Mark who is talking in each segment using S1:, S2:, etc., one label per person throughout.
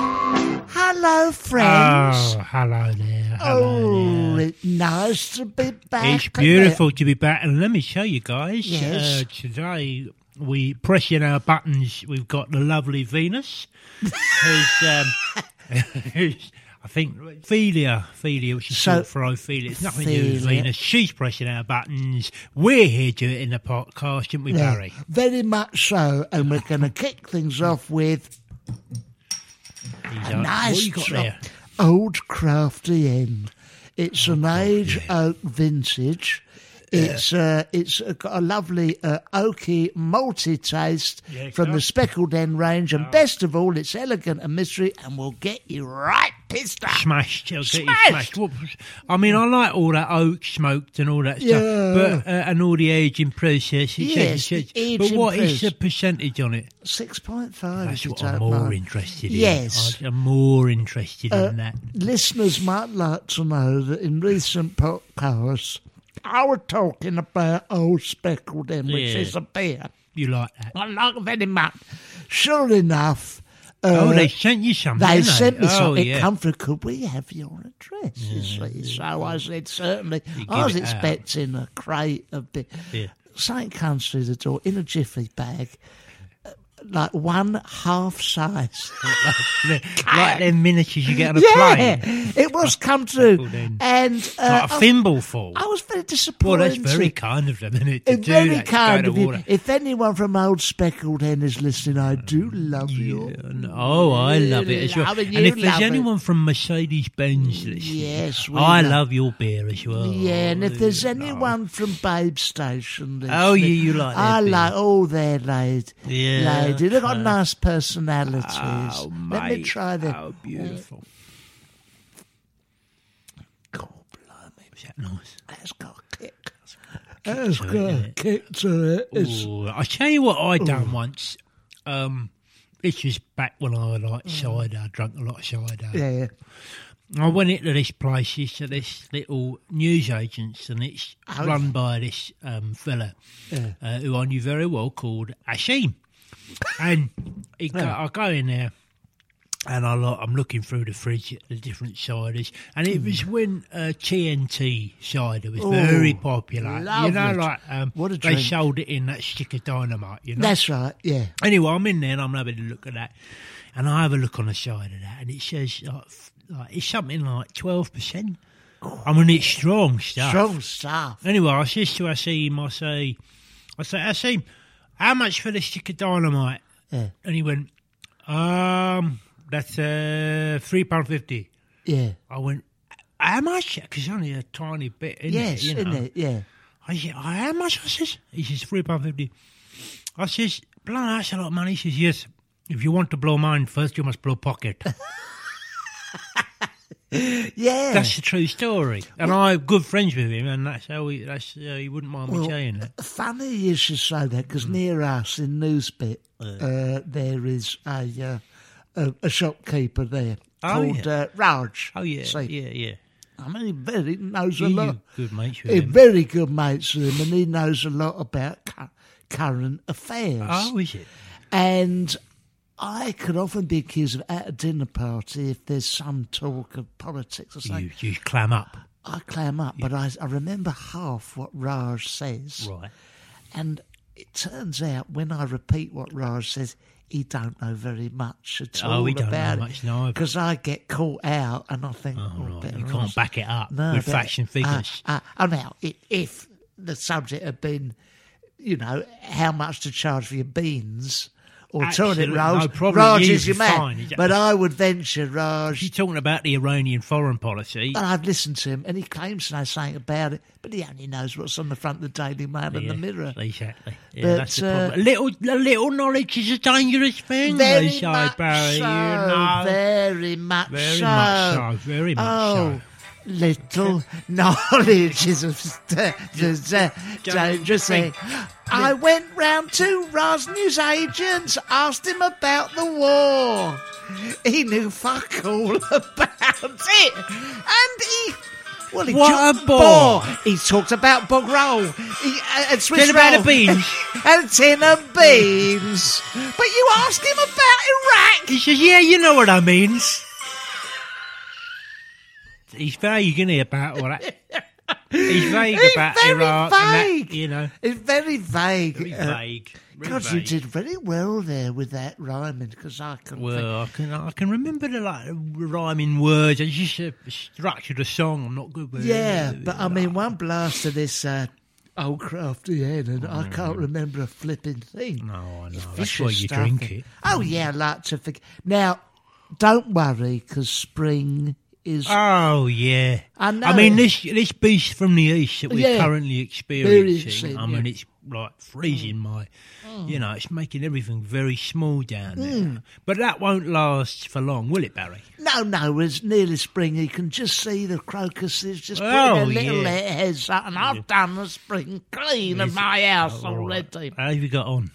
S1: Hello, friends.
S2: Oh, hello there. Hello
S1: oh,
S2: there.
S1: it's nice to be back.
S2: It's beautiful to be back. And let me show you guys.
S1: Yes.
S2: Uh, today, we pressing our buttons. We've got the lovely Venus, who's, um, who's, I think, Felia. Felia, which is
S1: So-
S2: short for Ophelia. It's nothing to do with
S1: Ophelia.
S2: Venus. She's pressing our buttons. We're here doing it in the podcast, aren't we,
S1: Yeah,
S2: Barry?
S1: very much so. And we're going to kick things off with
S2: He's like, what
S1: nice
S2: you got
S1: tr-
S2: there? Oh,
S1: old crafty inn. It's an age oak vintage. It's uh, it's uh, got a lovely uh, oaky multi taste
S2: Yeah, it
S1: from the
S2: does.
S1: Speckled End range,
S2: Oh.
S1: and best of all, it's elegant and mystery, and will get you right pissed off.
S2: smashed. It'll get you
S1: Smashed.
S2: smashed. What- I mean, I like all that oak smoked and all that
S1: Yeah.
S2: stuff, but uh, and all the aging process. et cetera, et
S1: Yes, the
S2: cetera. but
S1: aging
S2: what is
S1: process.
S2: the percentage on it?
S1: Six point five.
S2: That's
S1: if you
S2: what I'm
S1: don't
S2: more
S1: mind.
S2: interested in.
S1: Yes. Uh,
S2: I- I'm more interested in that.
S1: listeners might like to know that in recent podcasts, I was talking about old speckled in, which
S2: Yeah.
S1: is a beer.
S2: You like that?
S1: I like it very much. Sure enough, uh,
S2: oh, they sent you something.
S1: they
S2: didn't they?
S1: sent me
S2: oh,
S1: something.
S2: Yeah.
S1: It come through. Could we have your address? You see? So I said certainly. I
S2: give
S1: was
S2: it out.
S1: expecting a crate of beer.
S2: Yeah.
S1: Something comes through the door in a jiffy bag, uh, like one half size.
S2: like them miniatures you get on a
S1: Yeah,
S2: plane,
S1: it was come through,
S2: Speckled in.
S1: and
S2: like
S1: uh,
S2: a
S1: I-
S2: thimble full.
S1: I was very disappointed.
S2: well, that's very kind of them, isn't it? To
S1: It's
S2: do
S1: very
S2: that, to go
S1: kind
S2: to
S1: of you.
S2: all that-
S1: If anyone from Old Speckled Hen is listening, I do love you.
S2: And- Oh, I love it as well.
S1: Love it,
S2: and
S1: you
S2: if there's
S1: love it.
S2: anyone from Mercedes Benz listening,
S1: Yes, we
S2: I
S1: love-
S2: love, your beer as well.
S1: Yeah, and if there's anyone from Babe Station listening,
S2: Oh, yeah, you like that,
S1: I
S2: do you?
S1: like all their lady.
S2: Yeah. uh,
S1: lady. They've got nice personalities.
S2: Oh,
S1: Let me
S2: mate,
S1: try the
S2: How beautiful.
S1: God, blimey,
S2: Is that nice?
S1: that's got a kick. That's got a kick to it. It's
S2: Ooh, I tell you what I done once. Um, this was back when I liked cider. I drank a lot of cider.
S1: Mm. yeah, yeah.
S2: I went into this place, it's to this little newsagent's, and it's
S1: Oh.
S2: run by this um, fella uh, who I knew very well called Ashim. and he go, I go in there, and I like, I'm looking through the fridge at the different ciders, and it was
S1: Mm.
S2: when uh, TNT cider was very popular. You know,
S1: Oh, lovely.
S2: like um,
S1: What a
S2: they
S1: drink.
S2: sold it in that stick of dynamite. You know,
S1: That's right. Yeah.
S2: Anyway, I'm in there and I'm having a look at that, and I have a look on the side of that, and it says like, f- like it's something like twelve percent. I mean, it's strong stuff.
S1: Strong stuff.
S2: Anyway, I says to Asim, I say, I say, Asim, how much for the stick of dynamite?
S1: Yeah.
S2: And he went, um, that's uh, three pound fifty.
S1: Yeah.
S2: I went, how much? Because only a tiny bit in
S1: Yes,
S2: it, you
S1: isn't
S2: know.
S1: it? Yeah.
S2: I said, oh, how much? I says, he says, three pound fifty. I says, blow that's a lot of money. He says, yes. If you want to blow mine first, you must blow pocket.
S1: Yeah.
S2: That's the true story. And I'm good friends with him, and that's how he, that's, uh, he wouldn't mind me saying that.
S1: Funny you should say that because
S2: Hmm.
S1: near us in Newsbit,
S2: Oh,
S1: uh, there is a, uh, a a shopkeeper there
S2: Oh,
S1: called
S2: yeah.
S1: uh, Raj.
S2: Oh, yeah,
S1: See,
S2: yeah, yeah.
S1: I mean, he very knows a
S2: You
S1: lot.
S2: good mates with
S1: He's
S2: him.
S1: very good mates with him, and he knows a lot about cu- current affairs.
S2: Oh, is it?
S1: And I could often be accused of at a dinner party if there's some talk of politics or something.
S2: You, you clam up.
S1: I clam up, but I, I remember half what Raj says.
S2: Right.
S1: And it turns out when I repeat what Raj says, he don't know very much at
S2: Oh,
S1: all
S2: he don't know
S1: about
S2: much, no.
S1: Because I get caught out, and I think, oh,
S2: right,
S1: better
S2: you can't
S1: ask.
S2: back it up with
S1: but,
S2: facts and figures.
S1: Uh, uh, oh, now, i- if the subject had been, you know, how much to charge for your beans or
S2: Absolutely,
S1: turnip
S2: no
S1: rolls,
S2: problem,
S1: Raj
S2: you
S1: is your
S2: can
S1: man.
S2: find, you-
S1: But I would venture, Raj,
S2: She's talking about the Iranian foreign policy.
S1: and I've listened to him, and he claims to know something about it, but he only knows what's on the front of the Daily Mail and
S2: Yeah,
S1: the Mirror.
S2: Exactly. Yeah,
S1: But,
S2: that's the
S1: uh,
S2: problem. A little, a little knowledge is a dangerous thing,
S1: Very
S2: they say,
S1: much
S2: Barry.
S1: so.
S2: You know.
S1: Very much
S2: Very
S1: so.
S2: much so, very much
S1: oh,
S2: so.
S1: Little knowledge is a st- just a dangerous thing. I went round to Ra's newsagents, asked him about the war. He knew fuck all about it. And he. Well, he
S2: What
S1: talked-
S2: a bore.
S1: He talked about bog roll. He, uh, and Swiss
S2: Tin about
S1: roll.
S2: the beans.
S1: and tin of beans. But you asked him about Iraq.
S2: He says, "Yeah, you know what I means." He's vague, isn't he, about all that? He's vague
S1: He's
S2: about
S1: very
S2: Iraq, and
S1: vague.
S2: that, you know.
S1: It's very vague.
S2: Very
S1: Uh,
S2: vague. very
S1: God, you
S2: vague.
S1: did very well there with that rhyming because I couldn't. think.
S2: Well, I can I can remember the like rhyming words. I just uh, structured a song. I'm not good with.
S1: Yeah, but uh, I mean, one blast of this uh, old crafty head, and I can't remember a flipping thing.
S2: Mm. no, Oh, I know. That's
S1: Vicious
S2: why you
S1: stuff.
S2: drink it.
S1: Oh yeah, I like to forget. Now, don't worry, because spring is
S2: Oh yeah,
S1: I know.
S2: mean this this beast from the east that we're
S1: Yeah.
S2: currently experiencing.
S1: Experiencing,
S2: I mean
S1: yeah. Mm.
S2: it's like freezing my, you know, it's making everything very small down there. But that won't last for long, will it, Barry?
S1: No, no, it's nearly spring. You can just see the crocuses just
S2: Oh,
S1: putting their little
S2: yeah. Oh,
S1: heads up, and I've done the spring clean of my house already.
S2: How have you got on,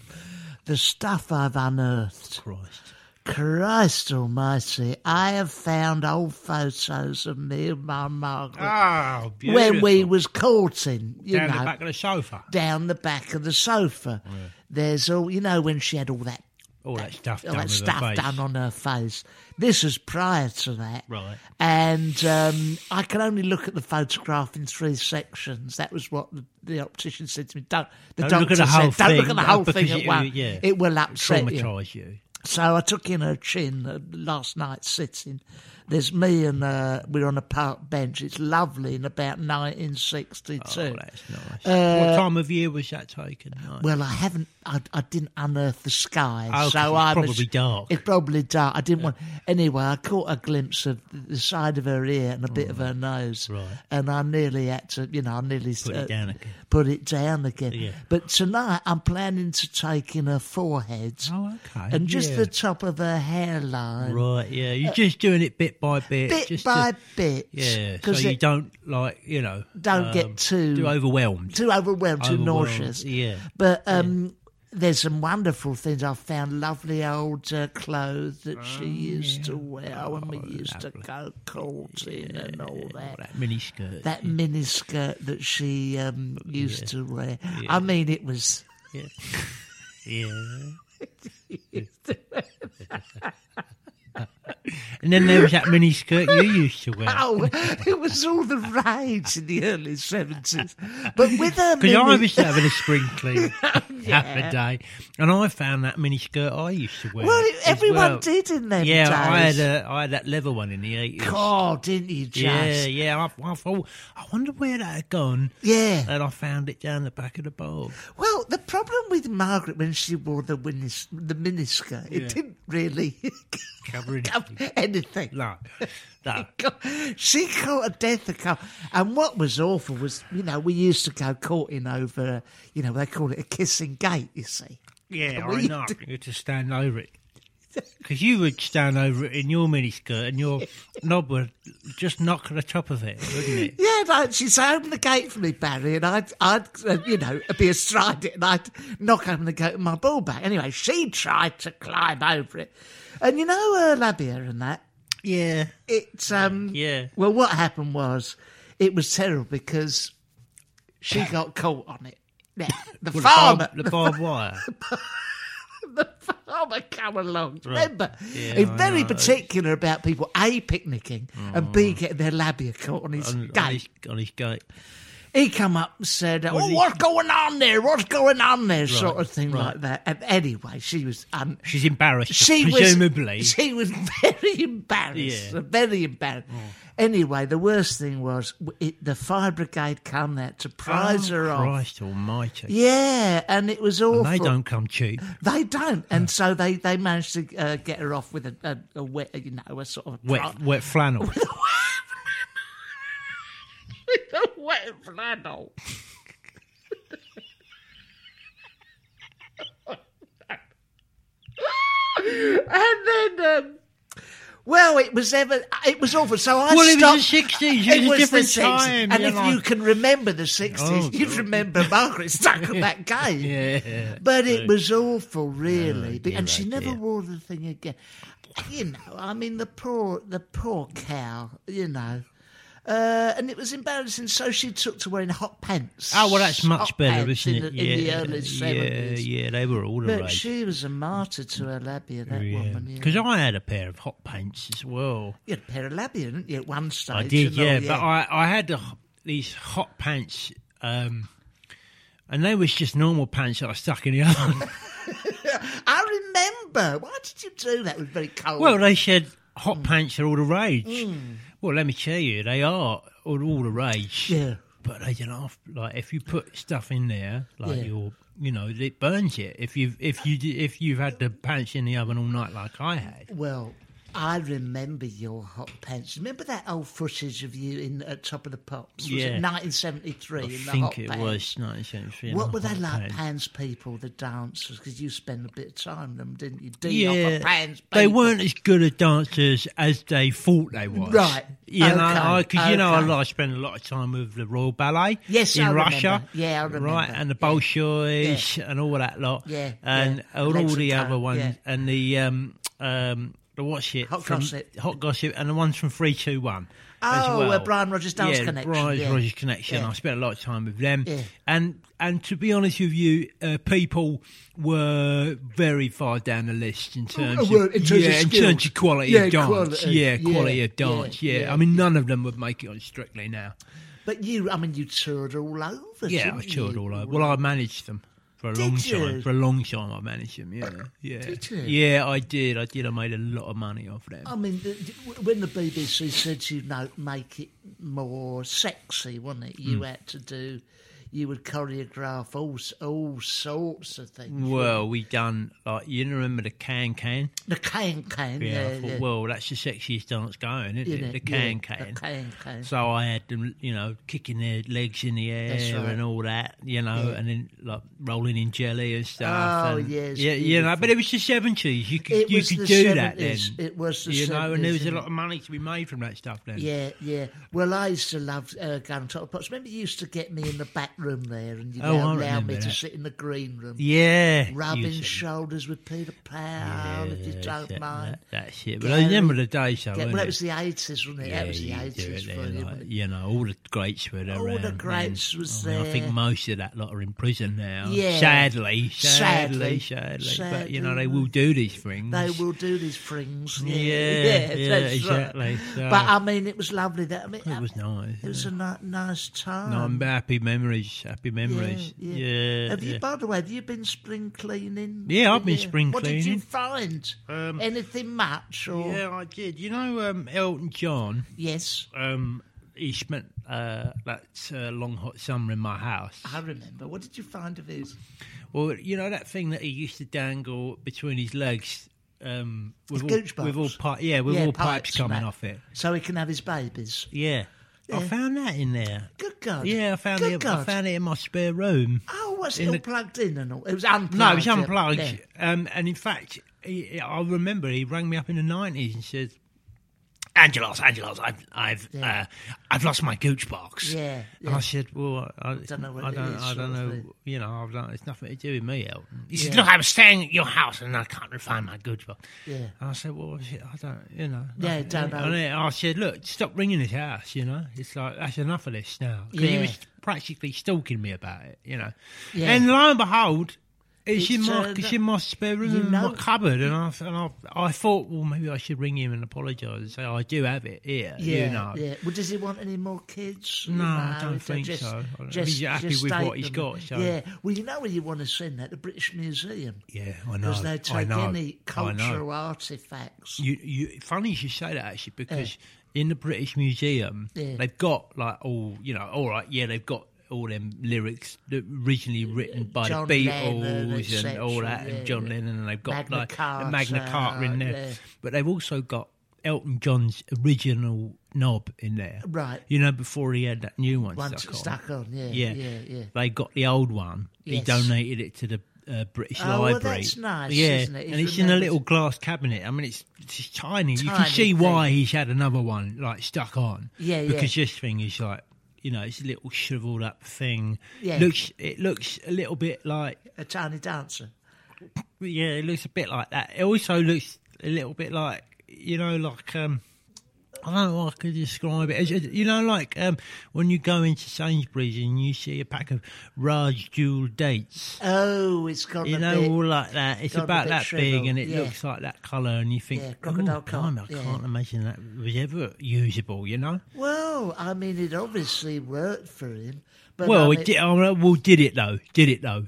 S1: The stuff I've unearthed.
S2: Christ?
S1: Christ almighty, I have found old photos of me and my Margaret
S2: Oh,
S1: when we was courting, you
S2: down
S1: know,
S2: the back Oh, of the sofa,
S1: down the back of the sofa. There's all, you know, when she had all that
S2: all that stuff
S1: all
S2: done
S1: that
S2: with her
S1: stuff
S2: face.
S1: done on her face. This is prior to that.
S2: Right.
S1: And um, I can only look at the photograph in three sections. That was what the, the optician said to me. Don't, the
S2: Don't look
S1: doctor
S2: at the whole
S1: said, Don't look
S2: thing, uh,
S1: at the whole
S2: because
S1: thing at
S2: it-
S1: once.
S2: yeah.
S1: It will upset you.
S2: Traumatise you.
S1: So I took in her chin uh, last night sitting. There's me and uh, we're on a park bench. It's lovely in about 1962.
S2: Oh, that's nice. what time of year was that taken? Nice.
S1: uh, Well, I haven't. I, I didn't unearth the sky,
S2: Oh, 'cause
S1: so
S2: it's
S1: I
S2: probably dark.
S1: It's probably dark. I didn't want. Anyway, I caught a glimpse of the side of her ear and a bit of her nose,
S2: Mm. Right.
S1: and I nearly had to. You know, I nearly uh,
S2: Put it down again.
S1: Put it down again.
S2: Yeah.
S1: But tonight, I'm planning to take in her forehead
S2: Oh, okay.
S1: and just
S2: yeah.
S1: the top of her hairline,
S2: Right, yeah. You're just doing it bit by bit.
S1: uh, bit
S2: just
S1: by
S2: to,
S1: bit.
S2: Yeah, so
S1: because
S2: you don't, like, you know.
S1: Don't get too-
S2: Too overwhelmed.
S1: too overwhelmed, too
S2: Overwhelmed,
S1: nauseous.
S2: yeah.
S1: But um, there's some wonderful things. I've found lovely old uh, clothes that she
S2: Oh,
S1: used to wear when we used to go courting and all that.
S2: that miniskirt.
S1: That miniskirt that she um, used to wear. I mean, it was.
S2: yeah. yeah. and then there was that miniskirt you used to wear.
S1: Oh, it was all the rage in the early 70s. But with her.
S2: Because I
S1: mini-
S2: was having a spring clean the other day, and I found that mini skirt I used to wear.
S1: Well,
S2: as
S1: everyone
S2: well.
S1: did in them
S2: Yeah,
S1: days.
S2: I had a, I had that leather one in the eighties.
S1: God, didn't you just?
S2: Yeah, yeah. I, I thought, I wonder where that had gone.
S1: Yeah.
S2: and I found it down the back of the bog.
S1: Well, the problem with Margaret when she wore the winis- the miniskirt, it
S2: Yeah.
S1: didn't really
S2: Covering
S1: cover
S2: it.
S1: anything.
S2: No, no.
S1: God, She caught a death of cold. And what was awful was, you know, we used to go courting over, uh, you know, they call it a kissing gate, you see.
S2: Yeah,
S1: Well,
S2: I
S1: you
S2: know. You had to stand over it. Because you would stand over it in your miniskirt and your knob would just knock at the top of it, wouldn't it?
S1: Yeah, like she'd say, open the gate for me, Barry, and I'd, I'd uh, you know, be astride it and I'd knock open the gate with my ball back. Anyway, she tried to climb over it. And you know, uh, Labia and that,
S2: Yeah.
S1: it um
S2: Yeah.
S1: well what happened was it was terrible because she got caught on it now, the
S2: Well, the,
S1: farmer
S2: barb, the barbed wire.
S1: the farmer farmer come along. Remember, he's very particular about people a picnicking and
S2: Oh.
S1: b getting their labia caught on his
S3: on,
S1: gate.
S3: on his, on his gate.
S1: he come up and said, "Oh, what's going on there? What's going on there?" sort of thing like that. And anyway, she was um,
S2: She's embarrassed,
S1: she
S2: presumably.
S1: was she was very embarrassed,
S2: Yeah. Oh.
S1: very embarrassed. Anyway, the worst thing was w- it, the fire brigade come there to prise her off.
S2: Oh, Christ almighty.
S1: Yeah, and it was awful.
S2: They don't come cheap.
S1: They don't, and so they they managed to uh, get her off with a, a, a wet, you know, a sort of
S2: Wet, wet flannel.
S1: a wet flannel. and then, um, well, it was ever, it was awful. So I
S2: Well, it was
S1: stopped.
S2: the 60s, it was a different
S1: 60s.
S2: time,
S1: and
S2: you
S1: if
S2: know.
S1: you can remember the sixties,
S2: Oh,
S1: you'd remember Margaret Stuckerback Gay.
S2: Yeah.
S1: But it was awful, really. Be- and she
S2: right,
S1: never
S2: dear.
S1: wore the thing again. You know, I mean, the poor, the poor cow. You know, uh, and it was embarrassing. So she took to wearing hot pants.
S2: Oh, well, that's much
S1: Hot
S2: better,
S1: pants
S2: isn't
S1: in
S2: it?
S1: the- in the early seventies.
S2: Yeah, yeah, they were all the
S1: But
S2: rage.
S1: she was a martyr to her labia, that woman. you
S2: Because
S1: know.
S2: I had a pair of hot pants as well.
S1: you had a pair of labia, didn't you, at one stage?
S2: I did,
S1: and all,
S2: yeah, But I, I had the, h- these hot pants, um, and they was just normal pants that I stuck in the oven.
S1: I remember. Why did you do that? It was very cold.
S2: well, they said hot pants are all the rage.
S1: Hmm.
S2: Well, let me tell you, they are all, all the rage.
S1: yeah.
S2: But they don't have, like if you put stuff in there, like
S1: Yeah.
S2: your, you know, it burns it. If you if you d- if you've had the pants in the oven all night, like I had,
S1: Well, I remember your hot pants. Remember that old footage of you in at Top of the Pops? Was
S2: Yeah.
S1: it 1973
S2: I
S1: in the hot
S2: think it
S1: pants?
S2: was 1973.
S1: What were they like,
S2: Pants.
S1: pans people, the dancers? Because you spent a bit of time with them, didn't you? D
S2: Yeah,
S1: off a pans people.
S2: they weren't as good as dancers as they thought they was.
S1: Right.
S2: You know,
S1: Okay.
S2: I, cause you know, I,
S1: Okay.
S2: like- spent a lot of time with the Royal Ballet.
S1: Yes,
S2: in
S1: I remember.
S2: Russia.
S1: Yeah, I remember.
S2: Right, and the Bolshois and all that lot.
S1: Yeah,
S2: and
S1: yeah.
S2: all, all the
S1: Lexington,
S2: other ones
S1: yeah.
S2: and the um um the what's it?
S1: Hot
S2: from-
S1: Gossip.
S2: Hot gossip, and the ones from Three Two One.
S1: Oh,
S2: as well.
S1: uh, Brian Rogers Dance
S2: yeah,
S1: Connection,
S2: Brian
S1: yeah.
S2: Rogers Connection.
S1: Yeah.
S2: I spent a lot of time with them,
S1: Yeah.
S2: and and to be honest with you, uh, people were very far down the list in terms
S1: Oh,
S2: of
S1: well, in terms of
S2: yeah, in
S1: skill.
S2: terms of quality
S1: Yeah,
S2: of dance,
S1: quality,
S2: yeah,
S1: yeah,
S2: quality of
S1: yeah,
S2: dance, yeah.
S1: yeah.
S2: I mean, none of them would make it on Strictly now.
S1: But you, I mean, you toured all over.
S2: Yeah, I
S1: didn't
S2: toured
S1: you?
S2: all over. Well, I managed them for a
S1: Did
S2: long
S1: you?
S2: time. For a long time, I managed them. Yeah, yeah,
S1: Did you? Oh,
S2: yeah. I did. I did. I made a lot of money off them.
S1: I mean, the, the- when the BBC said you know make it more sexy, wasn't it?
S2: Hmm.
S1: You had to do, you would choreograph all s- all sorts of things.
S2: well, we done like you remember the can can.
S1: The can can,
S2: Yeah,
S1: yeah,
S2: I thought,
S1: yeah.
S2: well, that's the sexiest dance going, isn't,
S1: Isn't
S2: it?
S1: it?
S2: The can
S1: Yeah, the
S2: can.
S1: can can.
S2: So I had them, you know, kicking their legs in the
S1: That's
S2: air
S1: right.
S2: and all that, you know, and then like rolling in jelly and stuff.
S1: Oh,
S2: and,
S1: yes,
S2: yeah, you know. But it was the seventies. You could
S1: It
S2: you
S1: was
S2: could
S1: the
S2: do that then.
S1: 70s. It was the
S2: you know,
S1: 70s,
S2: and there was a
S1: isn't
S2: lot of money to be made from that stuff then.
S1: Yeah, yeah. Well, I used to love uh, going on top of pots. Remember, you used to get me in the back room there, and you'd
S2: Oh, I
S1: allow, allow
S2: remember
S1: me to
S2: that.
S1: sit in the green room,
S2: yeah,
S1: rubbing
S2: using-
S1: shoulders with Peter Powell, if you
S2: Yeah,
S1: don't
S2: that-
S1: mind.
S2: that- that's it. But I remember the days, though.
S1: Yeah, well,
S2: wasn't
S1: that
S2: it?
S1: was the eighties, wasn't it? that was the
S2: you do
S1: eighties
S2: it
S1: for
S2: there,
S1: you.
S2: like,
S1: wasn't it?
S2: you know, all the greats were around.
S1: All the
S2: then.
S1: greats was
S2: I mean, I think
S1: there.
S2: most of that lot are in prison now.
S1: Yeah.
S2: Sadly,
S1: Sadly.
S2: sadly, sadly, But, you know,
S1: Sadly.
S2: they will do these things.
S1: They will do these things. Yeah,
S2: Yeah,
S1: yeah,
S2: yeah,
S1: that's
S2: exactly.
S1: Right.
S2: So-
S1: But I mean, it was lovely. That I mean,
S2: It was nice.
S1: It was a ni- nice time.
S2: No, I'm happy memories, happy memories. Yeah. yeah.
S1: Have you, by the way, have you been spring cleaning?
S2: Yeah, I've been spring
S1: What did you
S2: cleaning.
S1: find?
S2: Um,
S1: Anything much? Or
S2: Yeah, I did. You know, um, Elton John,
S1: yes,
S2: um, he spent uh, that uh, long hot summer in my house.
S1: I remember. What did you find of his?
S2: Well, you know that thing that he used to dangle between his legs, um,
S1: His
S2: with, all,
S1: gooch
S2: with all
S1: box?
S2: pi- yeah, with
S1: Yeah,
S2: all
S1: pipes
S2: pipes,
S1: and
S2: coming
S1: that.
S2: off it.
S1: So he can have his babies.
S2: Yeah. I found that in there.
S1: Good God!
S2: Yeah, I found
S1: Good
S2: it. I
S1: God.
S2: found it in my spare room.
S1: Oh, what's it
S2: in
S1: all
S2: the-
S1: plugged in and all? It was unplugged.
S2: No, it was
S1: yeah.
S2: unplugged.
S1: Yeah.
S2: Um, and in fact, he, I remember he rang me up in the nineties and said, "Angelos, Angelos, I've I've
S1: Yeah.
S2: uh, I've lost my gooch box."
S1: Yeah,
S2: And I said, "Well, I
S1: Don't know what
S2: I
S1: it
S2: don't,
S1: is,
S2: I
S1: sort of
S2: don't know.
S1: thing.
S2: You know, I've done, it's nothing to do with me, Elton." He said,
S1: Yeah.
S2: "Look, I was staying at your house and I can't find my gooch box."
S1: Yeah.
S2: And I said, "Well, I said, I don't, you know."
S1: Yeah,
S2: nothing."
S1: don't know.
S2: And then I said, "Look, stop ringing his house. You know, it's like that's enough of this now." 'Cause
S1: Yeah.
S2: he was practically stalking me about it. You know,
S1: Yeah.
S2: and lo and behold, It's, in my
S1: uh,
S2: it's in my spare room
S1: you
S2: in
S1: know-
S2: my cupboard, and I and I, I thought, well, maybe I should ring him and apologise and say I do have it here.
S1: Yeah,
S2: you know.
S1: yeah. Well, does he want any more kids? You
S2: No, I don't
S1: if they
S2: think so. I don't know. He's happy with
S1: state
S2: what he's
S1: them.
S2: got, so-
S1: Yeah. Well, you know where you want to send that? The British Museum.
S2: Yeah, I know.
S1: Because they
S2: I
S1: take
S2: know.
S1: any
S2: I know.
S1: cultural artefacts.
S2: You, you, funny you should say that actually, because in the British Museum,
S1: Yeah.
S2: they've got like all you know. All right, yeah, they've got all them lyrics that originally written by
S1: Uh, John
S2: the Beatles
S1: Lennon, et
S2: and all
S1: cetera,
S2: that,
S1: yeah,
S2: and John
S1: yeah.
S2: Lennon, and they've got
S1: Magna
S2: like the Magna
S1: Carta,
S2: Carta in there,
S1: yeah.
S2: but they've also got Elton John's original knob in there,
S1: Right.
S2: You know, before he had that new one
S1: Once
S2: stuck on.
S1: stuck on, yeah,
S2: yeah,
S1: yeah, yeah.
S2: They got the old one. He
S1: Yes.
S2: donated it to the. Uh, British
S1: Oh, well,
S2: library.
S1: that's nice,
S2: yeah,
S1: isn't it? He's
S2: and it's in a
S1: remembered.
S2: little glass cabinet. I mean, it's, it's tiny. You
S1: Tiny
S2: can see
S1: thing.
S2: why he's had another one like stuck on.
S1: Yeah, yeah.
S2: Because this thing is like, you know, it's a little shriveled up thing.
S1: Yeah.
S2: Looks, it looks a little bit like,
S1: A tiny dancer.
S2: yeah, it looks a bit like that. It also looks a little bit like, you know, like um. I don't know how I could describe it. It's- it's- you know, like um, when you go into Sainsbury's and you see a pack of Raj Jewel dates.
S1: Oh, it's gone
S2: You
S1: a
S2: know,
S1: bit.
S2: all like that. It's
S1: got a
S2: about
S1: bit
S2: that
S1: shriveled,
S2: big, and it
S1: yeah.
S2: looks like that colour, and you think,
S1: Yeah,
S2: "Oh,
S1: crocodile
S2: blimey,
S1: cot,
S2: I
S1: yeah.
S2: can't imagine that was ever usable. You know.
S1: Well, I mean, it obviously worked for him. But
S2: well,
S1: I
S2: it
S1: mean-
S2: did. oh, well, did it though? Did it though?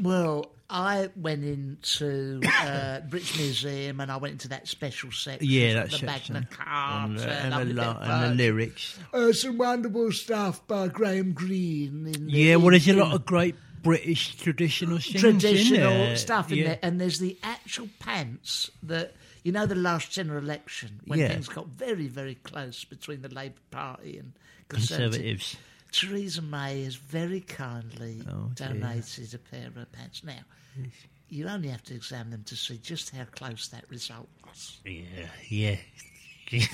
S1: Well, I went into uh, British Museum and I went into that special section.
S2: Yeah,
S1: with
S2: that
S1: the
S2: section.
S1: Magna Carta and,
S2: And, the- and, the,
S1: all
S2: lo-
S1: the
S2: and the
S1: bits.
S2: lyrics.
S1: Uh, some wonderful stuff by Graham Greene. In the
S2: Yeah, well, there's a lot of great British traditional things
S1: traditional
S2: in there.
S1: stuff in
S2: yeah.
S1: there, and there's the actual pants that you know the last general election when
S2: Yeah.
S1: things got very, very close between the Labour Party and Conservatives.
S2: Conservatives. Oh,
S1: Theresa May has very kindly donated a pair of pants. Now, you only have to examine them to see just how close that result was.
S2: Yeah, yeah.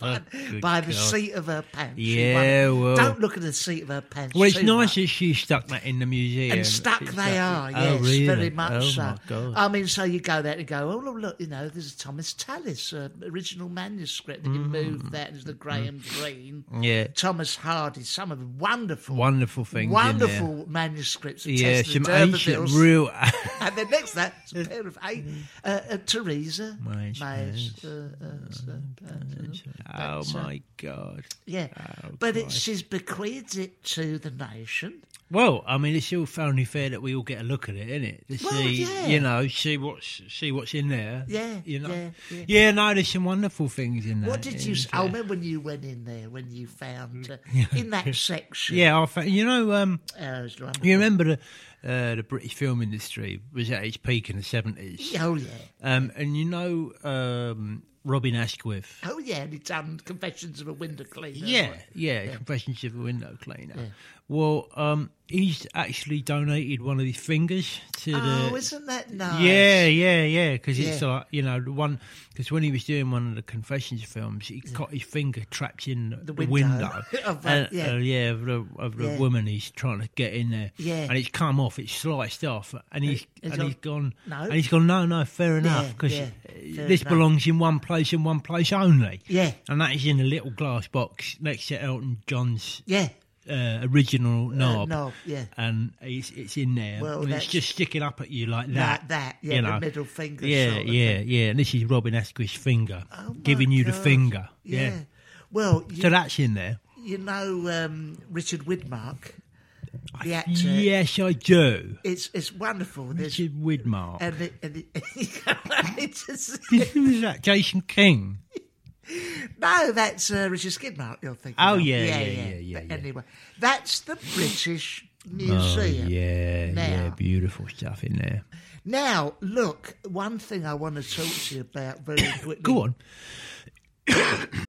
S1: By,
S2: good
S1: by the
S2: God.
S1: seat of her pants. she
S2: Yeah,
S1: won.
S2: well-
S1: don't look at the seat of her pants.
S2: Well, it's
S1: too
S2: nice
S1: much.
S2: that she stuck that in the museum.
S1: and stuck
S2: It's
S1: they are.
S2: like-
S1: Yes,
S2: oh, really?
S1: very much
S2: oh,
S1: so. Uh,
S2: My God.
S1: I mean, so you go there and go, oh look, look, you know, there's a Thomas Tallis uh, original manuscript, and you
S2: Mm.
S1: move that there's the Graham Greene,
S2: yeah,
S1: Thomas Hardy, some of the wonderful,
S2: wonderful things. In there.
S1: wonderful manuscripts. Of
S2: Yeah,
S1: Tess the
S2: some ancient,
S1: D'Urbervilles.
S2: real.
S1: And then next to that, it's a pair of eight,
S2: Mm.
S1: uh, uh, Teresa,
S2: Mays,
S1: Mays,
S2: yes.
S1: uh, uh, uh,
S2: oh my god!
S1: yeah. but
S2: Oh,
S1: it, she's bequeathed it to the nation.
S2: Well, I mean, it's all only fair that we all get a look at it, isn't it? To
S1: Well,
S2: see,
S1: yeah.
S2: you know, see what's see what's in there.
S1: Yeah,
S2: you know.
S1: yeah, yeah.
S2: no, there's some wonderful things in there.
S1: What did you?
S2: and,
S1: s oh.
S2: uh,
S1: I remember when you went in there when you found uh, in that section.
S2: yeah, I found, you know, um,
S1: uh, it was wonderful.
S2: you remember the uh, the British film industry was at its peak in the seventies,
S1: Oh yeah,
S2: um, and you know, um, Robin Asquith.
S1: oh yeah, and he done Confessions of a Window Cleaner.
S2: Yeah, yeah, compressions of a window cleaner. Well, um, he's actually donated one of his fingers to
S1: Oh,
S2: the.
S1: isn't that nice?
S2: Yeah, yeah, yeah. Because it's
S1: Yeah.
S2: like you know the one. Because when he was doing one of the confessions films, he got his finger trapped in the,
S1: window.
S2: window.
S1: Of
S2: Uh,
S1: that, yeah.
S2: uh, yeah, of the, of the
S1: Yeah.
S2: woman he's trying to get in there.
S1: Yeah.
S2: and it's come off. It's sliced off, and he's
S1: he's
S2: and
S1: gone,
S2: he's gone.
S1: "No."
S2: and he's gone. No, no, fair enough. Because
S1: yeah, fair
S2: this
S1: enough.
S2: belongs in one place and one place only.
S1: Yeah.
S2: and that is in a little glass box next to Elton John's
S1: yeah,
S2: uh, original knob.
S1: knob, yeah.
S2: And it's, it's in there.
S1: Well,
S2: and
S1: that's-
S2: it's just sticking up at you like
S1: that,
S2: that.
S1: that, yeah,
S2: you
S1: the
S2: know.
S1: middle finger.
S2: Yeah,
S1: sort of
S2: yeah,
S1: thing.
S2: yeah. And this is Robin Asquith's finger,
S1: Oh, my
S2: giving you the
S1: God.
S2: finger.
S1: yeah.
S2: Yeah.
S1: Well, you,
S2: So that's in there.
S1: you know um, Richard Widmark, the actor.
S2: Yes, I do.
S1: it's it's wonderful. There's,
S2: Richard Widmark.
S1: and it, and it, it's just,
S2: Who's that? Jason King.
S1: No, that's uh, Richard Skidmark. You're thinking.
S2: Oh,
S1: of.
S2: yeah, yeah, yeah, yeah,
S1: But
S2: yeah.
S1: Anyway, that's the British
S2: Oh,
S1: Museum.
S2: yeah,
S1: Now.
S2: yeah. Beautiful stuff in there.
S1: Now, look, one thing I want to talk to you about very quickly.
S2: Go on.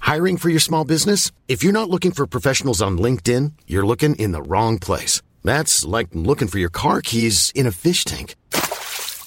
S3: Hiring for your small business? If you're not looking for professionals on LinkedIn, you're looking in the wrong place. That's like looking for your car keys in a fish tank.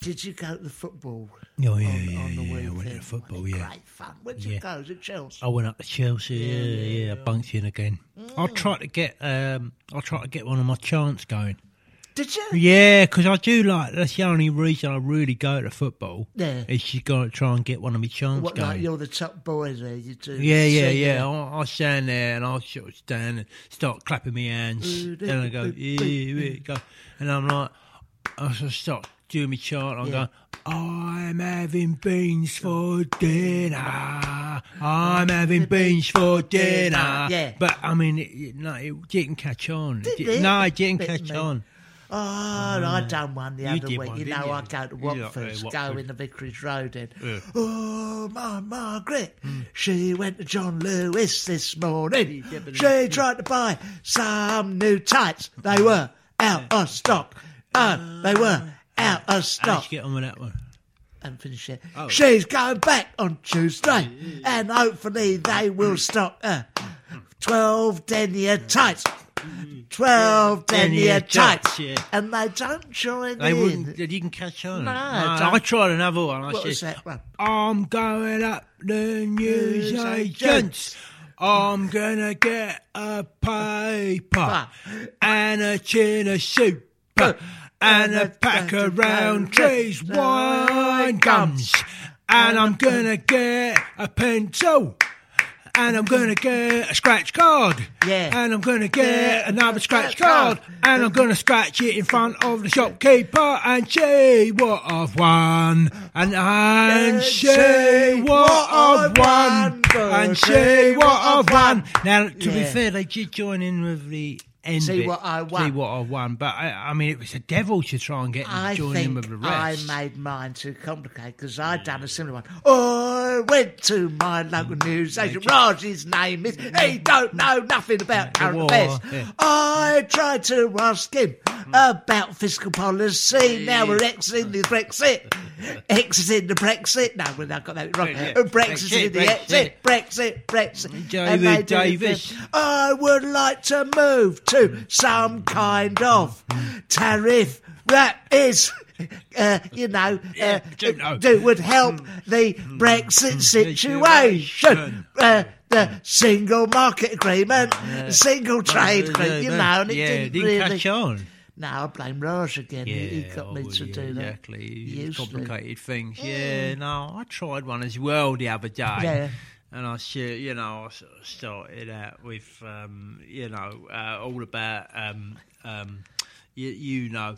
S1: Did you go to the football?
S2: Oh, yeah,
S1: on,
S2: yeah,
S1: on the
S2: yeah, I
S1: weekend?
S2: went to the
S1: Wasn't
S2: football,
S1: it
S2: yeah.
S1: Great fun. Where'd you
S2: Yeah. Oh,
S1: go? To Chelsea?
S2: I went up to Chelsea. Yeah, yeah, I bunked in again. I
S1: Mm.
S2: tried to get, um, I tried to get one of my chants going.
S1: Did you?
S2: Yeah, because I do like. That's the only reason I really go to football.
S1: Yeah.
S2: is she's got to try and get one of my chants
S1: What, like
S2: going.
S1: you're the top boy there, you do.
S2: yeah, yeah,
S1: singing.
S2: yeah. I, I stand there and I sort of stand and start clapping my hands,
S1: Ooh,
S2: and I go,
S1: ooh,
S2: yeah, here it go, and I'm like, I sort of start doing my chant. I'm going. I'm having beans for dinner. I'm having beans for dinner.
S1: Yeah.
S2: But I mean, it, it- no, it didn't catch on.
S1: Did
S2: di-
S1: it?
S2: No, it didn't
S1: Bit
S2: catch
S1: me.
S2: on.
S1: Oh, I done one the
S2: You
S1: other
S2: did
S1: week.
S2: one,
S1: you
S2: didn't
S1: know,
S2: you?
S1: I go to
S2: You lot, uh,
S1: Watford's, go
S2: Watford.
S1: in the Vicarage Road and,
S2: Yeah. Hmm.
S1: oh, my Margaret, she went to John Lewis this morning. She tried to buy some new tights. They were out of stock. Oh, they were out of
S2: How
S1: stock.
S2: did you Ah, get on with that one?
S1: and finish it.
S2: Oh.
S1: She's going back on Tuesday, and hopefully they will
S2: Mm.
S1: stop her. 12 denier tights. 12 denier
S2: Mm. Denier
S1: tights.
S2: tights, yeah.
S1: And they don't join
S2: They
S1: in.
S2: wouldn't. They didn't catch on.
S1: No,
S2: I
S1: don't-
S2: tried another one. I
S1: What
S2: said,
S1: was that one?
S2: I'm going up the newsagents. I'm gonna get a paper and a tin of soup and a pack of round trees, wine gums, and I'm gonna get a pencil. And I'm gonna get a scratch card.
S1: Yeah.
S2: And I'm gonna get another scratch card. And I'm gonna scratch it in front of the shopkeeper and see what I've won. And and
S1: Let's
S2: see
S1: see
S2: what
S1: what
S2: I've
S1: I've
S2: won.
S1: won, but
S2: And see
S1: see
S2: what
S1: what
S2: I've
S1: I've
S2: won.
S1: won.
S2: Now, to be
S1: Yeah.
S2: fair, they did join in with the end.
S1: See
S2: bit,
S1: what I
S2: See
S1: won.
S2: what I won. But I, I mean, it was the devil to try and get them
S1: I
S2: to join in
S1: think
S2: with the
S1: I
S2: rest.
S1: made mine too complicated because i done a similar one. I went to my local
S2: Mm,
S1: news agent. Raj's name is. He don't know nothing about current
S2: war,
S1: affairs.
S2: Mm. yeah. Mm.
S1: I tried to ask him about fiscal policy. Now we're exiting the Brexit. Exiting the Brexit. No, well, I got that wrong.
S2: Brexit,
S1: Brexit, the
S2: Brexit,
S1: exit. Brexit, Brexit.
S2: David
S1: they do it
S2: Davis.
S1: then. I would like to move to some kind of tariff that is, uh, you know, uh,
S2: Yeah, don't know. Hmm.
S1: that would help the Brexit situation.
S2: Situation.
S1: Uh, the single market agreement, single trade agreement, you know, and it
S2: yeah,
S1: didn't,
S2: didn't
S1: really.
S2: catch on.
S1: No, I blame Raj again.
S2: Yeah,
S1: he, he got me
S2: oh,
S1: to
S2: yeah,
S1: do that. Mm.
S2: Exactly,
S1: Useless.
S2: complicated things. Yeah, no, I tried one as well the other day.
S1: Yeah.
S2: And I said, you know, I sort of started out with, um, you know, uh, all about, um, um, you, you know,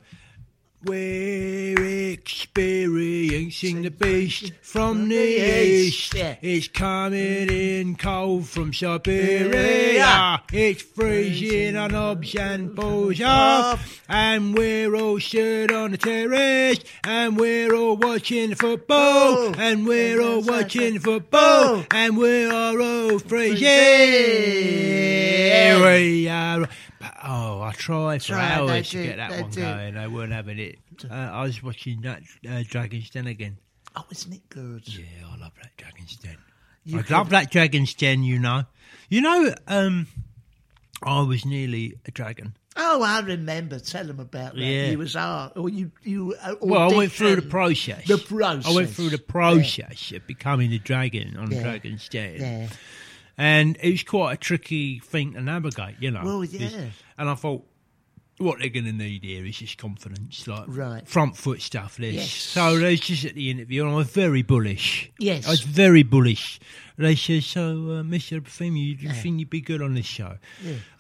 S2: we're experiencing the beast from the east.
S1: Yeah.
S2: It's coming in cold from Siberia. It's freezing on knobs and balls off. And we're all stood on the terrace. And we're all watching the football.
S1: Oh.
S2: And we're all watching the football.
S1: Oh.
S2: And we are all freezing.
S1: Freezing.
S2: We are- But, Oh, I tried for
S1: Tried, they
S2: hours to
S1: did,
S2: get that
S1: they
S2: one
S1: did.
S2: going. I weren't having it. Uh, I was watching that uh, Dragon's Den again.
S1: Oh, isn't it good?
S2: Yeah, I love that Dragon's Den.
S1: You
S2: I
S1: could-
S2: love that Dragon's Den, you know. You know, um, I was nearly a dragon.
S1: Oh, I remember. Tell him about that.
S2: Yeah.
S1: You was art, or you you. Uh,
S2: Well, I went through the
S1: auditioned.
S2: process.
S1: The
S2: I went through the
S1: process.
S2: process of becoming a dragon on
S1: Yeah.
S2: Dragon's Den.
S1: Yeah.
S2: And it was quite a tricky thing to navigate, you know.
S1: Well,
S2: It's-
S1: yeah.
S2: And I thought, what they're going to need here is just confidence, like
S1: Right.
S2: front foot stuff. This.
S1: Yes.
S2: So they just at the interview, and I was very bullish.
S1: Yes.
S2: I was very bullish. They said, so, uh, Mr. Femi, do you think you'd be good on this show?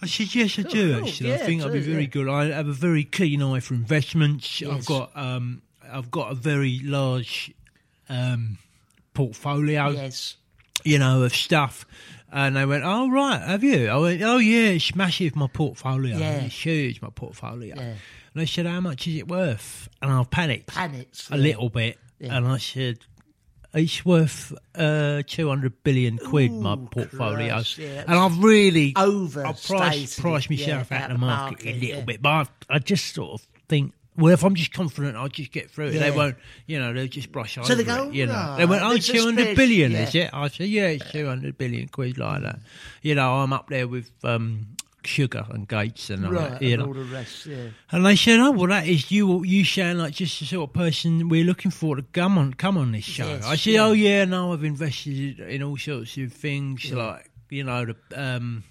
S2: I said, yes, I do,
S1: Oh, cool.
S2: actually. I
S1: Yeah,
S2: think I'd be
S1: true,
S2: very
S1: yeah.
S2: good. I have a very keen eye for investments. I've
S1: Yes.
S2: got... Um, I've got a very large um, portfolio
S1: Yes.
S2: you know, of stuff. And they went, oh, right, have you? I went, oh, yeah, it's massive, my portfolio.
S1: Yeah.
S2: It's huge, my portfolio.
S1: Yeah.
S2: And they said, how much is it worth? And I panicked
S1: Panics.
S2: a little bit. And I said, it's worth uh, 200 billion quid, my
S1: Ooh,
S2: portfolio.
S1: Christ, yeah,
S2: and I've really
S1: Over.
S2: I priced, priced myself out of the market, a little
S1: yeah.
S2: bit, but I, I just sort of think, well, if I'm just confident, I'll just get through it. They
S1: Yeah.
S2: won't, you know, they'll just brush over
S1: So they go,
S2: it. You know,
S1: "Right,
S2: they went, oh,
S1: there's a
S2: 200
S1: spread,"
S2: billion,
S1: yeah.
S2: is it? I said, yeah, it's 200 billion quid like that. You know, I'm up there with um, Sugar and Gates and all
S1: Right,
S2: that. You
S1: and
S2: know.
S1: all the rest, yeah.
S2: And they said, "Oh, well, that is you. You sound like just the sort of person we're looking for to come on, come on this show."
S1: Yes,
S2: I said,
S1: yeah.
S2: "Oh yeah, no, I've invested in all sorts of things, like you know the." Um,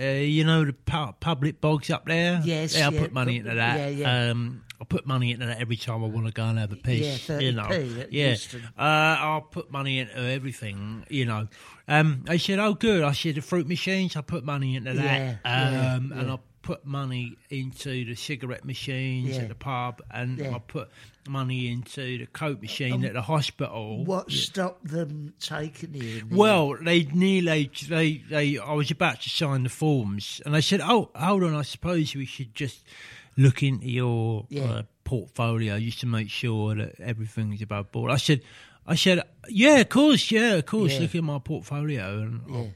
S2: uh, you know the pu- public bogs up there.
S1: Yes,
S2: yeah, I
S1: yeah,
S2: put money
S1: pub-
S2: into that.
S1: yeah, yeah.
S2: Um, I put money into that every time I want to go and have a piece.
S1: Yeah,
S2: you know,
S1: 30p at
S2: yeah.
S1: Euston.
S2: Uh, I'll put money into everything. You know, um, they said, "Oh, good." I said, "The fruit machines." I put money into that,
S1: Yeah, yeah,
S2: um, and
S1: yeah.
S2: I put money into the cigarette machines
S1: Yeah.
S2: at the pub, and
S1: Yeah.
S2: I put money into the coke machine at the hospital.
S1: What stopped them taking you? in the
S2: Well, they nearly they they. I was about to sign the forms, and they said, "Oh, hold on. I suppose we should just look into your
S1: Yeah.
S2: uh, portfolio just to make sure that everything's above board." I said, "I said, yeah, of course, yeah, of course.
S1: Yeah.
S2: Look at my portfolio." And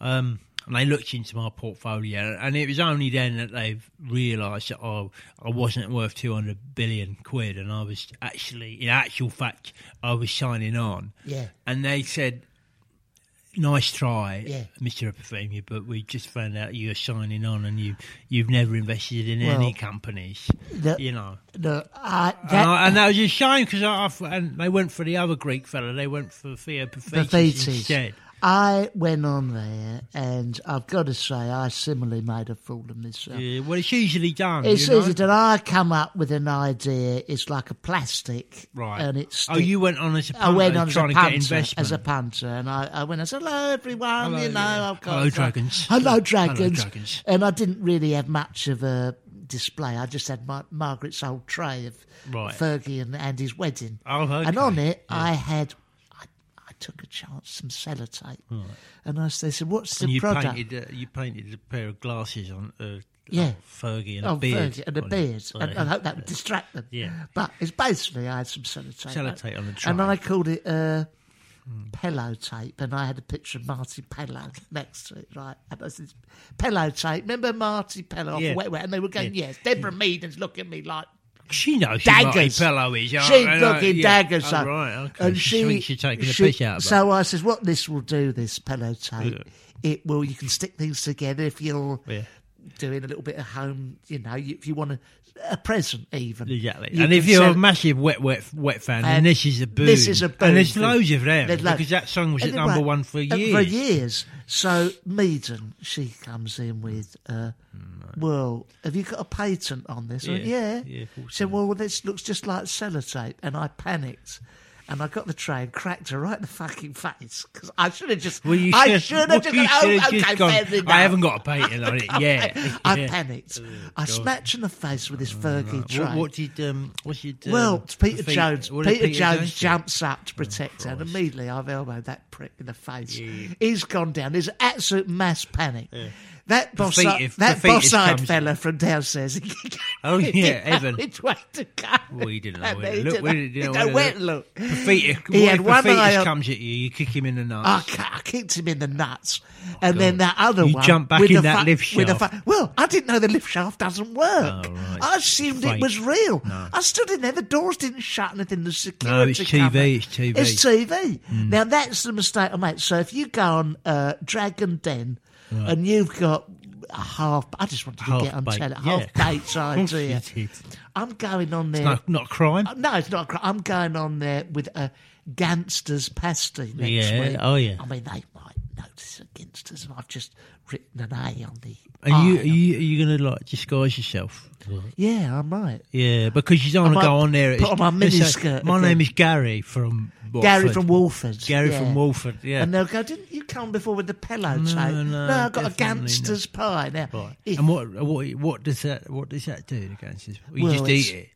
S2: um, and they looked into my portfolio, and it was only then that they realised that oh, I wasn't worth two hundred billion quid, and I was actually, in actual fact, I was signing on.
S1: Yeah.
S2: And they said, nice try,
S1: Yeah.
S2: Mr. Epifemia, but we just found out you're signing on and you, you've never invested in
S1: Well,
S2: any companies,
S1: the-
S2: you know.
S1: No, I,
S2: And,
S1: that,
S2: I, and that was a shame because I, I f- and they went for the other Greek fella. They went for Theo
S1: the
S2: Pathetis
S1: fetus.
S2: instead.
S1: I went on there, and I've got to say, I similarly made a fool of myself.
S2: Yeah, well, it's usually done.
S1: It's
S2: you know?
S1: easy that I come up with an idea. It's like a plastic,
S2: Right.
S1: And it's
S2: oh, you went on as a
S1: I
S2: punter,
S1: went on as a
S2: trying to get
S1: punter,
S2: investment.
S1: as a punter, and I, I went and said, "Hello, everyone.
S2: Hello,
S1: you know,
S2: yeah.
S1: I've got
S2: Hello, dragons.
S1: Hello,
S2: Hello,
S1: dragons.
S2: dragons.
S1: And I didn't really have much of a display. I just had my, Margaret's old tray of
S2: Right.
S1: Fergie and Andy's wedding,
S2: Oh, okay.
S1: and on it I had. I, I took a chance, some sellotape, and I s- they said, "What's the
S2: and you
S1: product?"
S2: painted uh, you painted a pair of glasses on uh,
S1: Yeah.
S2: oh, Fergie and
S1: Oh,
S2: a beard
S1: Fergie, and a
S2: on it.
S1: beard. And,
S2: Right.
S1: and I hope that would distract them.
S2: Yeah.
S1: But it's basically I had some sellotape.
S2: Sellotape on the
S1: And
S2: tray. Hmm.
S1: I called it uh, pillow tape, and I had a picture of Marty Pello next to it, right? And I said, pillow tape. Remember Marty Pello off
S2: Yeah.
S1: Wet Wet? And they were going, yes, Deborah Meaden's looking at me like
S2: She knows
S1: daggers.
S2: daggers. Who Marty Pello is.
S1: She's
S2: I- I-
S1: looking
S2: yeah.
S1: daggers.
S2: Oh,
S1: so-
S2: right, okay. she, thinks you're taking
S1: she-
S2: the piss out of her.
S1: So I says, what this will do, this pillow tape, it will, you can stick things together if you're
S2: Yeah.
S1: doing a little bit of home, you know, you, if you want a, a present even.
S2: Exactly.
S1: You
S2: and if
S1: can
S2: you're a
S1: sell-
S2: massive wet, wet, wet
S1: And
S2: fan, then this is a boom.
S1: Um, This is a boom.
S2: And there's
S1: for-
S2: loads of them
S1: there's loads.
S2: because that song was
S1: And
S2: at
S1: right,
S2: number one for
S1: and
S2: years.
S1: For years. So Meaden, she comes in with, uh, well, have you got a patent on this? I went,
S2: Yeah,
S1: yeah.
S2: yeah, of course
S1: She said, well, this looks just like sellotape. And I panicked. And I got the tray and cracked her right in the fucking face because I should have just.
S2: Well, you
S1: I
S2: should-
S1: should
S2: well,
S1: have just.
S2: you
S1: Oh,
S2: should have
S1: okay,
S2: just gone,
S1: fair enough.
S2: "I haven't got a patent on it yet."
S1: I
S2: Yeah. Oh,
S1: panicked. I smacked her in the face with this Fergie tray.
S2: What, what did um, what did um,
S1: Well, it's Peter
S2: Fe-
S1: Jones.
S2: what
S1: Peter,
S2: did
S1: Jones,
S2: do? Oh,
S1: jumps up to protect her, and immediately I've elbowed that prick in the face. He's gone down. There's an absolute mass panic. That boss,
S2: fetus- the
S1: that
S2: fetus
S1: boss-eyed
S2: comes-
S1: fella from downstairs. he
S2: Oh,
S1: didn't
S2: yeah,
S1: know
S2: Evan.
S1: Which way to go?
S2: Well, he didn't know
S1: And
S2: where to
S1: he
S2: look.
S1: didn't
S2: We
S1: know-
S2: didn't
S1: he
S2: know
S1: didn't know
S2: where
S1: where
S2: to
S1: to look.
S2: Profeta,
S1: He
S2: what
S1: had
S2: if
S1: one
S2: Profetus
S1: eye on-
S2: comes at you, you kick him in the nuts.
S1: I, ca- I kicked him in the nuts, and then that other
S2: Oh, You
S1: one.
S2: jumped back
S1: with
S2: in
S1: the
S2: that
S1: fu-
S2: lift
S1: with the
S2: shaft.
S1: fu- well, I didn't know the lift shaft doesn't work.
S2: Oh, right.
S1: I assumed it
S2: Fake.
S1: was real. I stood in there. The doors didn't shut. Nothing. The security.
S2: No, it's TV,
S1: covered.
S2: it's Hmm. TV.
S1: It's TV. Now that's the mistake I make. So if you go on uh, Dragon Den, and you've got a half, I just wanted to get on
S2: Half-baked,
S1: telly,
S2: yeah.
S1: half baked idea.
S2: It is.
S1: I'm going on there.
S2: No, not a crime.
S1: Uh, No, it's not. a cra- I'm going on there with a gangsters pasty next
S2: Yeah,
S1: week.
S2: oh, yeah.
S1: I mean, they might notice against us, and I've just written an A on the.
S2: Are you
S1: I.
S2: are you, are you going to like disguise yourself?
S1: Yeah, I might.
S2: Yeah, because you don't want
S1: might
S2: to go on there.
S1: put on my
S2: just say,
S1: miniskirt
S2: My
S1: again."
S2: name is Gary from Watford.
S1: Gary from Walford.
S2: Gary
S1: yeah.
S2: from Walford. Yeah.
S1: And they'll go, didn't you come before with the pillow
S2: No,
S1: tape?
S2: no,
S1: I've got a
S2: definitely not."
S1: gangster's pie. Now,
S2: Right.
S1: if
S2: and what what what does that what does that do against this? You
S1: Well,
S2: just
S1: it's-
S2: eat it.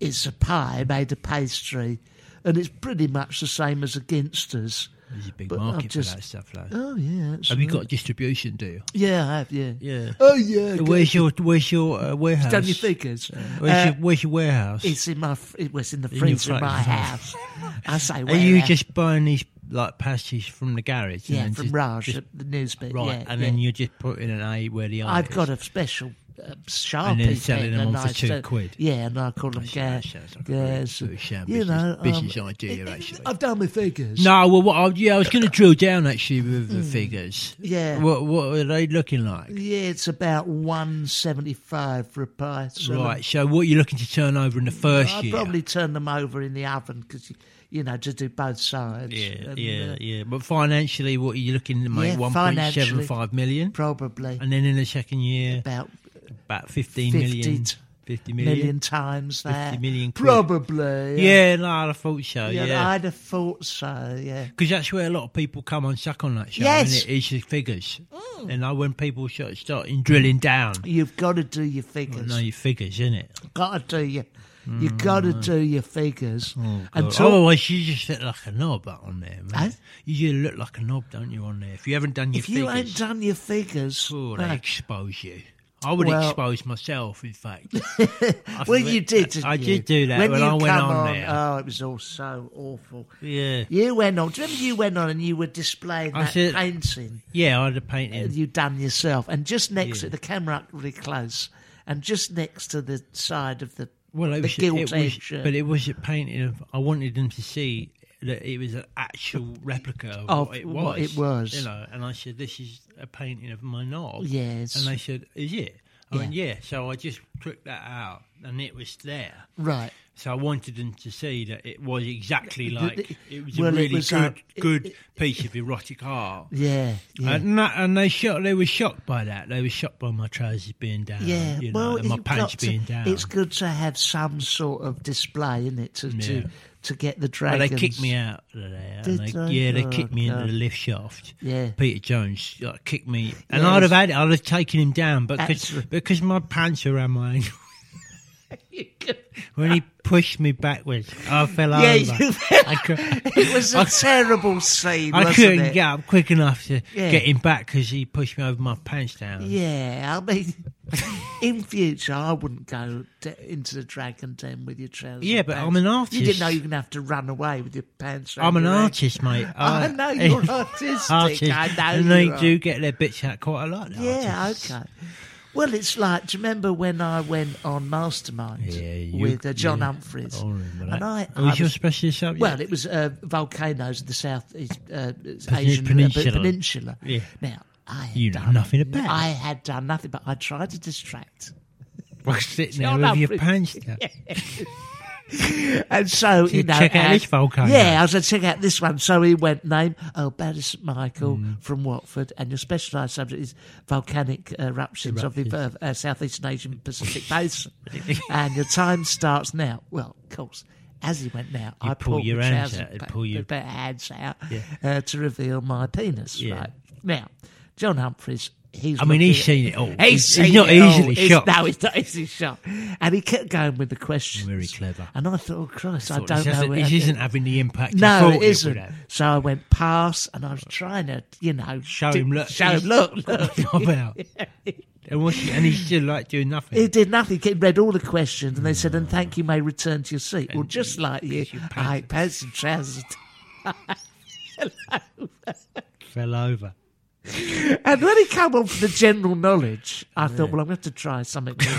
S1: it's a pie made of pastry, and it's pretty much the same as a gangster's.
S2: There's a big
S1: but I'll
S2: market
S1: just-
S2: for that stuff, though.
S1: Oh, yeah.
S2: Have you got distribution? Do you?
S1: Yeah, I have, yeah.
S2: Yeah.
S1: Oh, yeah. good.
S2: Where's your Where's your uh, warehouse?
S1: Done your figures.
S2: Where's,
S1: Uh,
S2: your, where's your warehouse?
S1: It's in my. f- It was in the
S2: your
S1: freezer in
S2: fridge.
S1: my house. I say,
S2: Are
S1: where
S2: you
S1: at?
S2: just buying these like pasties from the garage? and
S1: yeah
S2: then
S1: from
S2: just-
S1: Raj
S2: just-
S1: at the newspaper?
S2: right?
S1: Yeah,
S2: and then
S1: yeah.
S2: you're just putting an A where the I
S1: I've
S2: is?
S1: got a special uh, sharpie
S2: And then selling
S1: pen,
S2: them
S1: and
S2: on for
S1: I
S2: two
S1: said-
S2: quid. "Oh,
S1: Yeah, and I call them
S2: see, that
S1: gas.
S2: sounds like a really
S1: gas.
S2: sort of sham
S1: you
S2: business-
S1: know, um,
S2: business idea, actually.
S1: I've done my figures.
S2: No, well, what I, yeah, I was going to drill down actually with the figures.
S1: Hmm. Yeah.
S2: What what are they looking like?
S1: Yeah, it's about one seventy-five for a pint. So
S2: Right. So what are you looking to turn over in the first
S1: I
S2: year?
S1: probably turn them over in the oven because you, you know to do both sides.
S2: Yeah,
S1: And,
S2: yeah,
S1: uh,
S2: yeah. But financially, what are you looking to make?
S1: Yeah,
S2: One point seven five million,
S1: probably
S2: and then in the second year,
S1: about
S2: about fifteen
S1: 50
S2: million,
S1: t-
S2: fifty
S1: million,
S2: million.
S1: times that.
S2: million quid.
S1: probably.
S2: Yeah, no, I thought so.
S1: Yeah,
S2: Yeah,
S1: I'd have thought so. Yeah.
S2: because that's where a lot of people come and suck on that show.
S1: Yes. Mm.
S2: and it is the figures. And I, when people start starting drilling down,
S1: You've got to do your
S2: I
S1: figures.
S2: know your figures, isn't it?
S1: Got to do your. You
S2: Mm,
S1: got to do your
S2: Oh,
S1: figures. and talk-
S2: Otherwise, you just look like a knob out on there,
S1: Huh?
S2: man. You just look like a knob, don't you, on there? If you haven't done your
S1: if you
S2: figures,
S1: ain't done your figures,
S2: oh,
S1: well,
S2: they expose you. I would
S1: Well-
S2: expose myself, in fact. I
S1: well,
S2: forget-
S1: you did. Didn't
S2: I
S1: you?
S2: did do that when,
S1: you
S2: I went
S1: come
S2: on, there.
S1: Oh, it was all so awful.
S2: yeah,
S1: You went on. Do you remember you went on and you were displaying
S2: I
S1: that
S2: said-
S1: painting
S2: yeah, I had a painting.
S1: that you done yourself, and just next to the camera, really close, and just next to the side of the
S2: Well, it
S1: the
S2: was,
S1: gilt
S2: it was
S1: edge, uh,
S2: but it was a painting of. I wanted them to see that it was an actual replica of,
S1: Of
S2: what it was.
S1: what it was.
S2: you know. And I said, "This is a painting of my knob."
S1: Yes.
S2: And they said, "Is it?" I went, "Yeah." So I just took that out, and it was there.
S1: right.
S2: So I wanted them to see that it was exactly like it was
S1: well,
S2: a
S1: it
S2: really
S1: was
S2: good,
S1: a- it-
S2: good piece of erotic art.
S1: Yeah. yeah.
S2: And, that, and they shot. They were shocked by that. They were shocked by my trousers being down.
S1: Yeah,
S2: you know,
S1: well,
S2: and my
S1: you've
S2: pants
S1: got to-
S2: being down.
S1: It's good to have some sort of display in it to
S2: Yeah.
S1: to, to get the
S2: Well,
S1: dragons.
S2: they kicked me out of there. and
S1: Did
S2: they-
S1: they?
S2: yeah, they
S1: Oh,
S2: kicked me into
S1: God.
S2: the lift shaft.
S1: Yeah.
S2: Peter Jones like, kicked me,
S1: Yes.
S2: and I'd have had it. I'd have taken him down, but 'cause-
S1: Absolutely.
S2: because my pants were around my ankle, when he pushed me backwards, I fell
S1: Yeah,
S2: over.
S1: you-
S2: I, cou-
S1: It was a terrible scene,
S2: I
S1: wasn't
S2: couldn't
S1: it?
S2: get up quick enough to
S1: Yeah.
S2: get him back because he pushed me over my pants down.
S1: Yeah, I mean, in future, I wouldn't go d into the dragon den with your trousers.
S2: Yeah,
S1: and
S2: but I'm
S1: pants.
S2: an
S1: You didn't know
S2: artist.
S1: you were going to have to run away with your pants. around
S2: I'm an
S1: your ankle.
S2: artist, mate.
S1: I know you're artistic.
S2: Ah, artist,
S1: I
S2: and
S1: know
S2: they
S1: you are.
S2: do get their bits out quite a lot. the
S1: Yeah,
S2: artists.
S1: okay. Well, it's like, do you remember when I went on Mastermind
S2: Yeah, you-
S1: with uh, John
S2: yeah,
S1: Humphreys?
S2: I remember that.
S1: and I,
S2: Oh,
S1: I
S2: was your specialist subject?
S1: well, it was uh, volcanoes of the South East, uh, Asian
S2: Peninsula.
S1: peninsula. peninsula.
S2: Yeah.
S1: Now, I had
S2: You know
S1: done,
S2: nothing about it.
S1: I had done nothing, but I tried to distract.
S2: Well,
S1: Shut
S2: sitting there with
S1: up,
S2: your
S1: Rick.
S2: pants down.
S1: And so, you
S2: Said,
S1: know,
S2: "Check out
S1: and-
S2: this volcano."
S1: Yeah, I said, check out this one. So he went name, oh, Barry St. Michael
S2: Hmm.
S1: from Watford, and your specialised subject is volcanic eruptions, of the uh, uh, Southeast Asian Pacific Basin. and your time starts now. Well, of course. As he went now, I
S2: pull
S1: pulled
S2: your
S1: my
S2: hands
S1: trousers
S2: out, you
S1: back-
S2: pull your-
S1: back hands out uh, to reveal my penis.
S2: Yeah.
S1: Right now, John Humphreys. He's
S2: I
S1: looking
S2: mean, he's
S1: at-
S2: seen it all.
S1: He's,
S2: He's- he's
S1: seen
S2: not
S1: it all.
S2: easily
S1: He's-
S2: shocked.
S1: No, he's not easily shocked. And he kept going with the questions.
S2: Very clever.
S1: And I thought, oh, Christ, I
S2: Thought,
S1: don't
S2: this
S1: know.
S2: hasn't-
S1: where
S2: This
S1: I-
S2: isn't having the impact. I
S1: no,
S2: thought
S1: it
S2: would
S1: isn't.
S2: have.
S1: So I went past, and I was trying to, you know,
S2: Show
S1: do-
S2: him, look.
S1: show him, look, look.
S2: Knob out. and, what's he, and he's still like doing nothing.
S1: He did nothing. He read all the questions, and they said, "And thank you, may return to your seat." well, just like you, I hate pants and trousers.
S2: Fell over.
S1: And when it came on for the general knowledge, I thought, well, I'm going to have to try something new.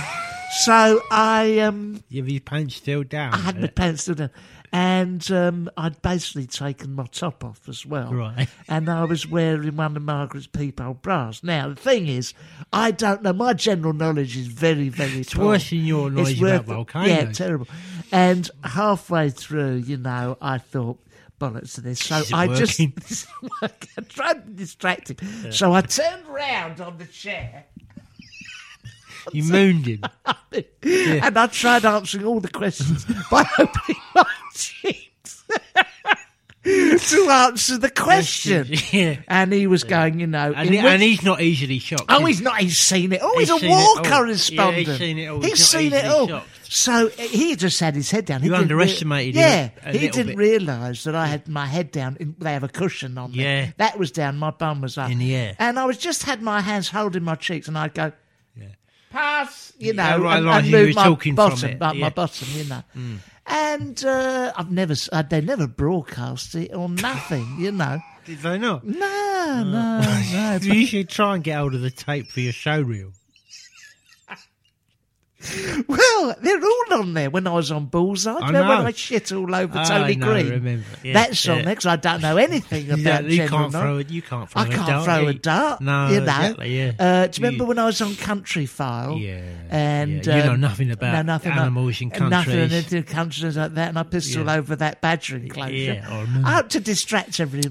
S1: so I um,
S2: You have his pants still down.
S1: I had my pants still down, and um, I'd basically taken my top off as well.
S2: Right.
S1: And I was wearing one of Margaret's peephole bras. Now the thing is, I don't know. My general knowledge is very, very. It's
S2: worse than your knowledge about volcanoes.
S1: Yeah, terrible. And halfway through, you know, I thought. Bollocks to this. So
S2: Is it
S1: I just
S2: working?
S1: this work- I tried to distract him. So I turned round on the chair
S2: you mooned him.
S1: and I tried answering all the questions by opening my cheeks to answer the question.
S2: yeah.
S1: And he was going, you know,
S2: And,
S1: in
S2: he-
S1: which-
S2: and he's not easily shocked.
S1: Oh, he's not. He's seen it. Oh, he's,
S2: He's
S1: a
S2: seen
S1: war
S2: it all.
S1: correspondent.
S2: Yeah, he's seen it all.
S1: He's
S2: He's not
S1: seen it
S2: easily
S1: all.
S2: shocked.
S1: So uh, he just had his head down. He
S2: You
S1: didn't rea-
S2: underestimated him
S1: yeah,
S2: a
S1: he
S2: little
S1: didn't
S2: bit.
S1: realise that I had my head down. In, they have a cushion on.
S2: Yeah.
S1: me. that was down. My bum was up
S2: In the air.
S1: and I was just had my hands holding my cheeks, and I'd go. Pass, you know,
S2: Yeah, right,
S1: and,
S2: like
S1: and
S2: you
S1: move
S2: were
S1: my
S2: talking from
S1: bottom,
S2: it,
S1: my, my
S2: yeah. Hmm.
S1: bottom, you know. And uh, I've never, s- uh, they never broadcast it or nothing, you know.
S2: Did they not?
S1: No, no, no.
S2: you should try and get hold of the tape for your showreel.
S1: Well, they're all on there. When I was on Bullseye, do you
S2: I
S1: remember when
S2: know.
S1: I shit all over
S2: I
S1: Tony
S2: know,
S1: Green?
S2: remember. Yeah,
S1: That's on
S2: yeah.
S1: there because I don't know anything about
S2: Yeah, you
S1: general
S2: can't
S1: knowledge.
S2: throw it. You can't throw
S1: I
S2: a
S1: can't
S2: dart.
S1: throw
S2: you-
S1: a dart.
S2: No,
S1: you know.
S2: exactly, yeah.
S1: Uh, do you
S2: You-
S1: remember when I was on Country File?
S2: Yeah,
S1: And
S2: yeah. You know
S1: um,
S2: nothing about
S1: no, nothing
S2: animals in
S1: about, nothing
S2: countries.
S1: into countries like that, and I pissed all over that badger enclosure.
S2: Yeah, I remember.
S1: Out to distract everyone.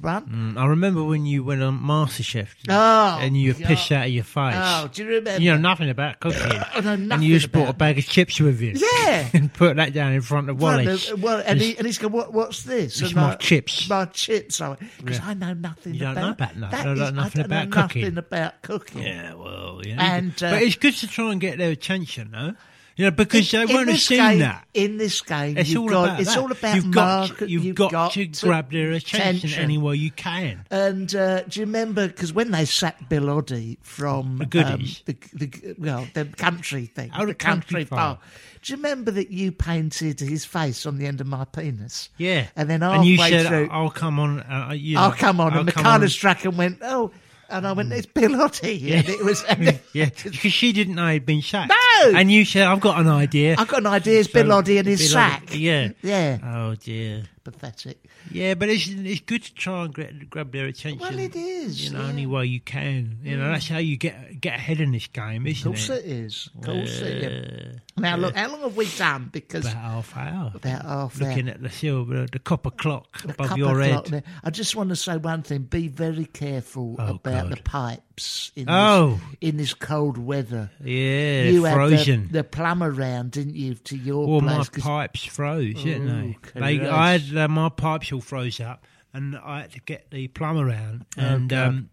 S2: Mm, I remember when you went on MasterChef
S1: Oh,
S2: and you were pissed out of your face.
S1: Oh, do you remember?
S2: You know nothing about cooking.
S1: know
S2: and you
S1: nothing
S2: just brought a
S1: about-
S2: bag of chips with you.
S1: Yeah.
S2: and put that down in front of Wally.
S1: Well, uh, well, and, he, and he's going, what, what's this?
S2: It's
S1: And
S2: my
S1: I-
S2: chips.
S1: My chips. Because I know nothing
S2: You don't
S1: about
S2: know about nothing.
S1: that
S2: I don't
S1: is-
S2: know nothing
S1: I don't
S2: about
S1: know
S2: cooking.
S1: nothing about cooking.
S2: Yeah, well, yeah.
S1: And, uh,
S2: but it's good to try and get their attention, though. You know, because
S1: In-
S2: they
S1: in
S2: won't have
S1: this
S2: seen
S1: game-
S2: that.
S1: In this game,
S2: It's
S1: you've
S2: all
S1: got,
S2: about
S1: it's
S2: that.
S1: all about
S2: you've got
S1: market-
S2: to, you've, got, to, grab their attention, any way you can.
S1: And uh, do you remember? Because when they sacked Bill Oddie from
S2: The goodies.
S1: um, the, the, well, the country thing,
S2: Oh, the country file.
S1: Do you remember that you painted his face on the end of my penis?
S2: Yeah,
S1: and then
S2: and
S1: halfway
S2: you said,
S1: through,
S2: "I'll come on." Uh, you know,
S1: I'll Oh, come on. and
S2: I'll come
S1: Michaela struck and went, oh, and I went, it's Bill Oddie. And it was, and it-
S2: Yeah, because she didn't know he'd been sacked.
S1: No!
S2: and you said, "I've got an idea."
S1: I've got an idea. It's Bill Oddie and his
S2: Bill
S1: sack.
S2: Oddie- Yeah,
S1: Yeah.
S2: Oh dear.
S1: Pathetic.
S2: Yeah, but it's it's good to try and gra- grab their attention.
S1: Well, it is,
S2: You know,
S1: yeah.
S2: any way you can. You know, that's how you get get ahead in this game, isn't
S1: Of course
S2: it?
S1: it is. Of course it is. Now, look, how long have we done? Because
S2: Uh, About half hour.
S1: about half hour.
S2: Looking at the silver, the copper clock above
S1: Cup
S2: your
S1: of
S2: head.
S1: clock there. I just want to say one thing. Be very careful
S2: Oh,
S1: about
S2: God.
S1: the pipes in,
S2: Oh.
S1: this, in this cold weather.
S2: Yeah,
S1: you
S2: frozen.
S1: had the, the plum around, didn't you, to your
S2: Well, my
S1: place? 'Cause-
S2: pipes froze, didn't
S1: Oh,
S2: they? they
S1: Christ.
S2: I had uh, my pipes all froze up, and I had to get the plumber round, and um,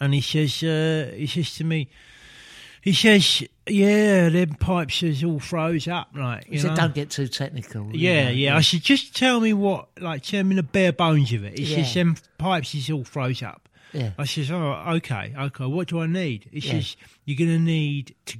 S2: and he says uh, he says to me, he says, "Yeah, them pipes is all froze up, like you
S1: he
S2: know."
S1: said, don't get too technical. you
S2: yeah,
S1: know.
S2: yeah. I said, just tell me what, like, tell me the bare bones of it. He says,
S1: Yeah.
S2: them pipes is all froze up.
S1: Yeah.
S2: I says, oh, okay, okay. What do I need? He
S1: Yeah.
S2: says, you're going to need to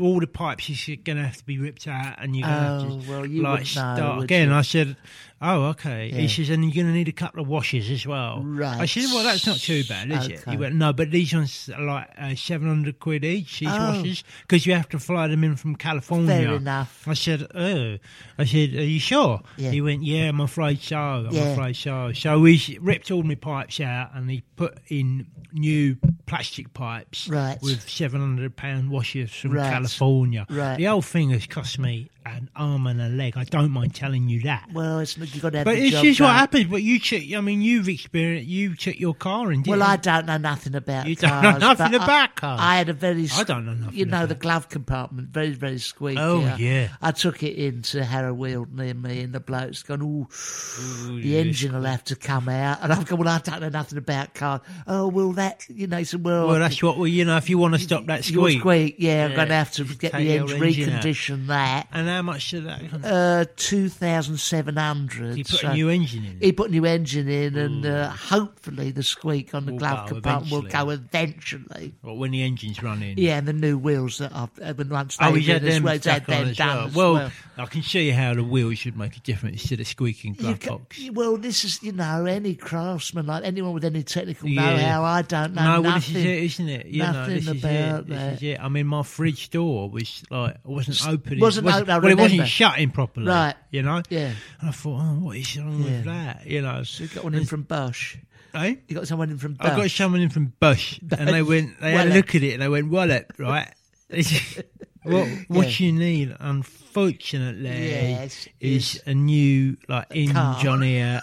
S2: all the pipes. He's going to have to be ripped out, and you're going to
S1: Oh,
S2: have to
S1: well, you
S2: like
S1: wouldn't know,
S2: start
S1: would
S2: again.
S1: you?
S2: I said, oh, okay.
S1: Yeah.
S2: He says, and you're going to need a couple of washes as well. I
S1: Right.
S2: said, well, that's not too bad, is it?
S1: Okay.
S2: He went, no, but these ones are like uh, seven hundred quid each. These
S1: Oh.
S2: washes because you have to fly them in from California.
S1: enough.
S2: I said, oh. I said, are you sure?
S1: Yeah.
S2: He went, yeah, I'm afraid so. I'm
S1: Yeah.
S2: afraid so. So he s- ripped all my pipes out and he put in new plastic pipes
S1: Right.
S2: with £700 washers from
S1: Right.
S2: California.
S1: Right.
S2: The whole thing has cost me an arm and a leg. I don't mind telling you that.
S1: Well, it's, you've got to have
S2: but
S1: the
S2: it's
S1: job
S2: just what
S1: done.
S2: happened. But you took, I mean, you've experienced, you took your car and didn't
S1: Well, I
S2: you?
S1: don't know nothing about
S2: You don't
S1: cars.
S2: know nothing
S1: but I,
S2: about cars.
S1: I had a very.
S2: I don't know nothing
S1: You know
S2: about
S1: the glove compartment, very very squeaky.
S2: Oh,
S1: I-
S2: yeah.
S1: I took it into Harrow Weald near me, and the bloke's gone. Oh, the
S2: yeah,
S1: engine will have to come out, and I've gone. Well, I don't know nothing about cars. Oh, well, that you know, he said, well,
S2: Well, that's what, well, you know, if you want to stop that
S1: your
S2: squeak.
S1: squeak. Yeah, I'm
S2: Yeah.
S1: going to have to get
S2: Take
S1: the
S2: your
S1: engine,
S2: engine out.
S1: recondition that.
S2: And how much did that cost?
S1: Uh, two thousand seven hundred.
S2: He put a new engine in.
S1: He put a new engine in, and uh, hopefully the squeak on the
S2: Will
S1: glove
S2: go
S1: compartment will
S2: Hmm. eventually.
S1: go eventually.
S2: Well, when the engine's running.
S1: Yeah, and the new wheels that I've uh, when once
S2: Oh,
S1: they've
S2: he's had
S1: been as
S2: them
S1: well, he's had
S2: stuck on
S1: them
S2: as
S1: done
S2: well.
S1: as
S2: Well,
S1: well.
S2: I can show you how the wheels should make a difference to the squeaking
S1: You
S2: glove
S1: ca-
S2: box.
S1: you- well, this is you know any craftsman like anyone with any technical
S2: Yeah.
S1: know-how. I don't know
S2: No, well, this
S1: nothing.
S2: is it, isn't it? You know,
S1: nothing
S2: this is
S1: about
S2: it. This is it. I mean, my fridge door was like it wasn't open. It
S1: wasn't open, I
S2: Well, it wasn't
S1: remember.
S2: shutting properly.
S1: Right.
S2: You know.
S1: Yeah.
S2: And I thought, oh, what is wrong
S1: Yeah.
S2: with that? You know.
S1: You got one in from Bosch.
S2: eh?
S1: You got someone in from Bosch.
S2: I got someone in from Bush, and they went. They had a
S1: Wallet.
S2: look at it, and they went, "Wallet, right? They said, what what
S1: Yeah.
S2: you need, unfortunately,
S1: Yes,
S2: is
S1: is
S2: a new like hinge
S1: car.
S2: on here,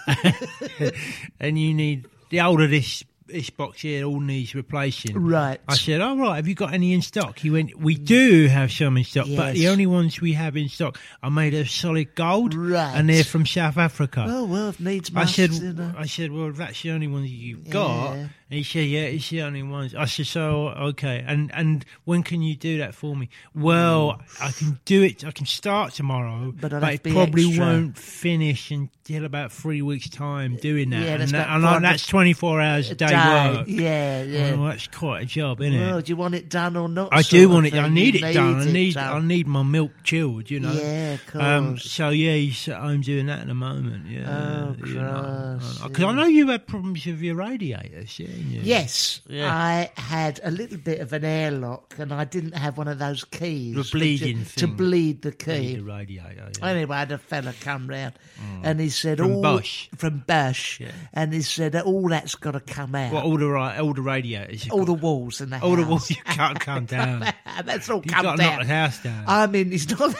S2: and you need the older this this box here all needs replacing.
S1: Right.
S2: I said, "All right, have you got any in stock?" He went, "We do have some in stock, but the
S1: Yes.
S2: only ones we have in stock are made of solid gold,
S1: Right.
S2: and they're from South Africa."
S1: oh well, if needs
S2: I
S1: must.
S2: said,
S1: you know.
S2: I said, well, that's the only one you've got.
S1: Yeah.
S2: And he said, yeah, it's the only ones. I said, so okay, and and when can you do that for me? Well, I can do it. I can start tomorrow,
S1: But
S2: but,
S1: I'll have
S2: it
S1: to be
S2: probably
S1: extra. Uh,
S2: won't finish until about three weeks' time doing that.
S1: Yeah,
S2: and,
S1: that's
S2: that-
S1: about
S2: and I-
S1: 400
S2: that's twenty four hours a day,
S1: day.
S2: work.
S1: Yeah, yeah.
S2: Well, that's quite a job, isn't
S1: Well,
S2: it?
S1: do you want it done or not?
S2: I
S1: sort
S2: do
S1: of
S2: want it.
S1: thing?
S2: I
S1: You
S2: need it done. I need. I
S1: done.
S2: need my milk chilled. You know.
S1: Yeah, of
S2: Um,
S1: course.
S2: so yeah, he's at home doing that at the moment. Yeah.
S1: Oh, Christ,
S2: Because I know you had problems with your radiators. Yeah. yeah.
S1: Yes,
S2: Yeah.
S1: I had a little bit of an airlock, and I didn't have one of those keys
S2: The
S1: to-
S2: bleeding
S1: to,
S2: thing.
S1: bleed the
S2: Need The
S1: key.
S2: radiator. Yeah.
S1: Anyway, I had a fella come round, and he said,
S2: From
S1: all,
S2: Bosch?
S1: from Bosch,
S2: Yeah.
S1: and he said, all that's got to come out,
S2: Well, all the right, all the radiators. you
S1: all the
S2: got-
S1: walls and the
S2: all the
S1: house.
S2: walls you can't come down.
S1: And that's all
S2: You
S1: come
S2: got to
S1: down.
S2: knock the house down.
S1: I mean, it's not.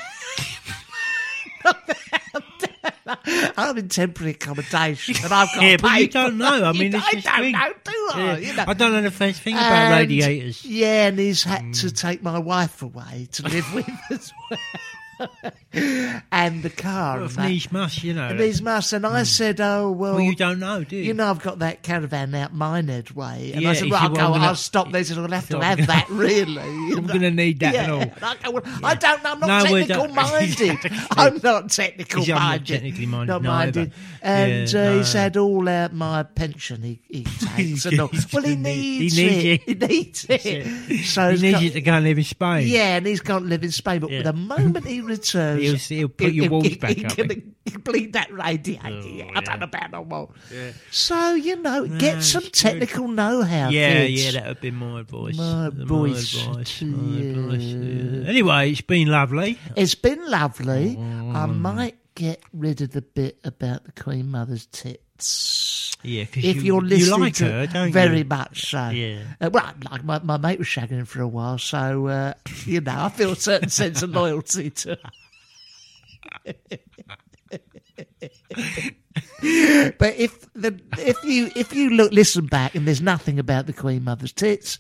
S1: I'm in temporary accommodation, and I've got
S2: yeah,
S1: to
S2: but
S1: pay
S2: you don't know. I
S1: You
S2: mean,
S1: don't-
S2: it's
S1: I
S2: just
S1: don't
S2: thing.
S1: know, do I?
S2: Yeah.
S1: You know.
S2: I don't know the first thing about
S1: And-
S2: radiators. Hmm.
S1: Yeah, and he's had to take my wife away to live with as well. and the car. and
S2: Of
S1: that.
S2: knees must, you know.
S1: And these masks. And I said, oh, well,
S2: Hmm. Well, you don't know, do you?
S1: you know, I've got that caravan out Minehead way. And
S2: Mm. Yeah,
S1: I said,
S2: if
S1: right,
S2: you
S1: I'll,
S2: want,
S1: go,
S2: I'm gonna-
S1: I'll stop there. So I'll have to
S2: I'm
S1: have
S2: gonna-
S1: that, really.
S2: I'm going to need that
S1: yeah.
S2: and all.
S1: And I go, well, I don't know. I'm not
S2: No, we
S1: technical
S2: don't-
S1: minded. I'm not technical
S2: He's- I'm not
S1: minded.
S2: technically minded
S1: Not
S2: neither.
S1: minded. And
S2: Yeah,
S1: uh, he's
S2: no.
S1: had all uh, my pension he, he takes. and all.
S2: He's
S1: Well, he
S2: gonna need-
S1: needs
S2: he needs
S1: it.
S2: it.
S1: He needs it. So
S2: He
S1: he's
S2: needs
S1: got-
S2: you to go and live in Spain.
S1: yeah, and he's gone to live in Spain, but
S2: Yeah.
S1: the moment he returns,
S2: He'll see- he'll put your walls back
S1: he
S2: up
S1: Can
S2: again.
S1: complete that radiator. yeah. I
S2: yeah.
S1: don't know about no wall. So you know, get some
S2: it's good.
S1: technical know-how.
S2: Yeah,
S1: kids.
S2: yeah, that would be my advice.
S1: My advice
S2: advice,
S1: to
S2: my
S1: you.
S2: advice, yeah. Anyway, it's been lovely.
S1: It's been lovely.
S2: Oh.
S1: I might get rid of the bit about the Queen Mother's tits.
S2: Yeah, because
S1: If
S2: you,
S1: you, are listening
S2: you like
S1: to
S2: her, don't
S1: very
S2: you?
S1: much so.
S2: Yeah.
S1: Uh, well, like my, my mate was shagging him for a while, so uh, you know I feel a certain sense of loyalty to her. but if the if you if you look listen back and there's nothing about the Queen Mother's tits,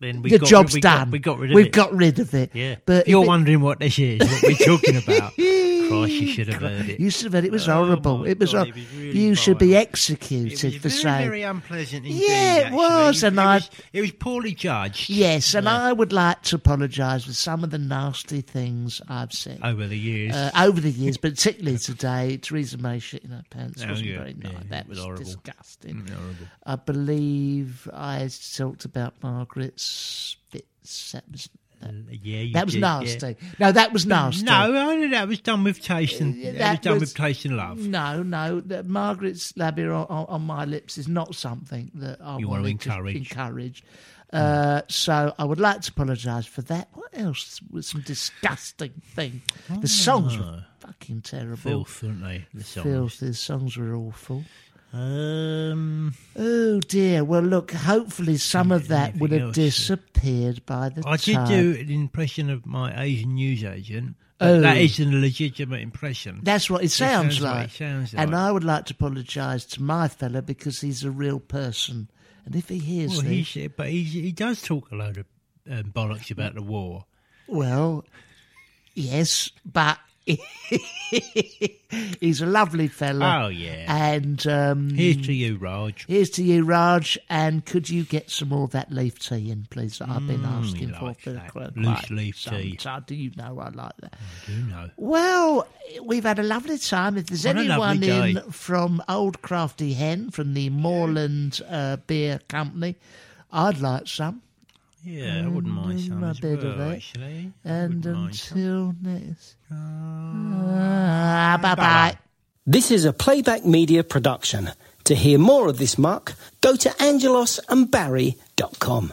S2: Then we
S1: the
S2: got,
S1: job's
S2: we
S1: done.
S2: Got, we got rid of
S1: We've
S2: it.
S1: got rid of it.
S2: Yeah,
S1: but
S2: but
S1: if
S2: you're
S1: it-
S2: wondering what this is, what we're talking about. Christ, you should have heard it.
S1: You should have it. It was horrible.
S2: Oh, my
S1: It was.
S2: God,
S1: hor-
S2: it was really
S1: you should be
S2: vile.
S1: executed
S2: It was
S1: for
S2: very,
S1: saying.
S2: very unpleasant indeed.
S1: Yeah, it
S2: actually.
S1: was,
S2: It
S1: and I-
S2: was- it was poorly judged.
S1: Yes, and I would like to apologise for some of the nasty things I've said
S2: over the years.
S1: uh, over the years, particularly today. Theresa May shit in her pants
S2: Oh,
S1: wasn't
S2: yeah,
S1: very nice.
S2: yeah,
S1: that
S2: it was
S1: was,
S2: horrible. Mm,
S1: disgusting.
S2: Horrible.
S1: I believe I talked about Margaret Spitz. That was,
S2: yeah, you
S1: that was
S2: did, yeah.
S1: nasty. No, that was nasty.
S2: No, only that was done with taste and
S1: Yeah,
S2: that,
S1: that
S2: was done
S1: was- Mm.
S2: with taste and love.
S1: No, no. the- Margaret's labia on, on, on my lips is not something that I
S2: You want to
S1: wanted to
S2: encourage. Hmm.
S1: encourage. Uh, so I would like to apologise for that. What else was some disgusting thing? The songs were fucking terrible.
S2: Filth, aren't they? The Ah. songs.
S1: Filth, The songs were awful.
S2: Um,
S1: Oh dear. Well, look. Hopefully, some of that would have
S2: else, yeah.
S1: disappeared by the
S2: I did
S1: time.
S2: do an impression of my Asian newsagent. but
S1: Oh.
S2: That is an legitimate impression.
S1: That's what it sounds,
S2: sounds
S1: like.
S2: what it sounds
S1: And
S2: like.
S1: I would like to apologise to my fella because he's a real person. And if he hears
S2: well,
S1: this,
S2: he said, but he, he does talk a load of um, bollocks about the war.
S1: Well, yes, but he's a lovely fella.
S2: Oh, yeah.
S1: And um,
S2: Here's to you, Raj.
S1: here's to you, Raj. And could you get some more of that leaf tea in, please? That I've been asking for
S2: Mm, like
S1: for
S2: that
S1: quite
S2: loose
S1: quite
S2: leaf
S1: some
S2: tea.
S1: time. Do you know I like that?
S2: You know.
S1: Well, we've had a lovely time. If there's
S2: What a
S1: anyone
S2: lovely
S1: in
S2: day.
S1: from Old Crafty Hen from the Moorland uh, Beer Company, I'd like some.
S2: Yeah, I wouldn't mind some
S1: a
S2: as
S1: bit of
S2: well,
S1: it.
S2: actually. I
S1: And um,
S2: wouldn't mind some.
S1: until next, Ah, bye bye.
S4: This is a playback media production. To hear more of this muck, go to angelosandbarry.com.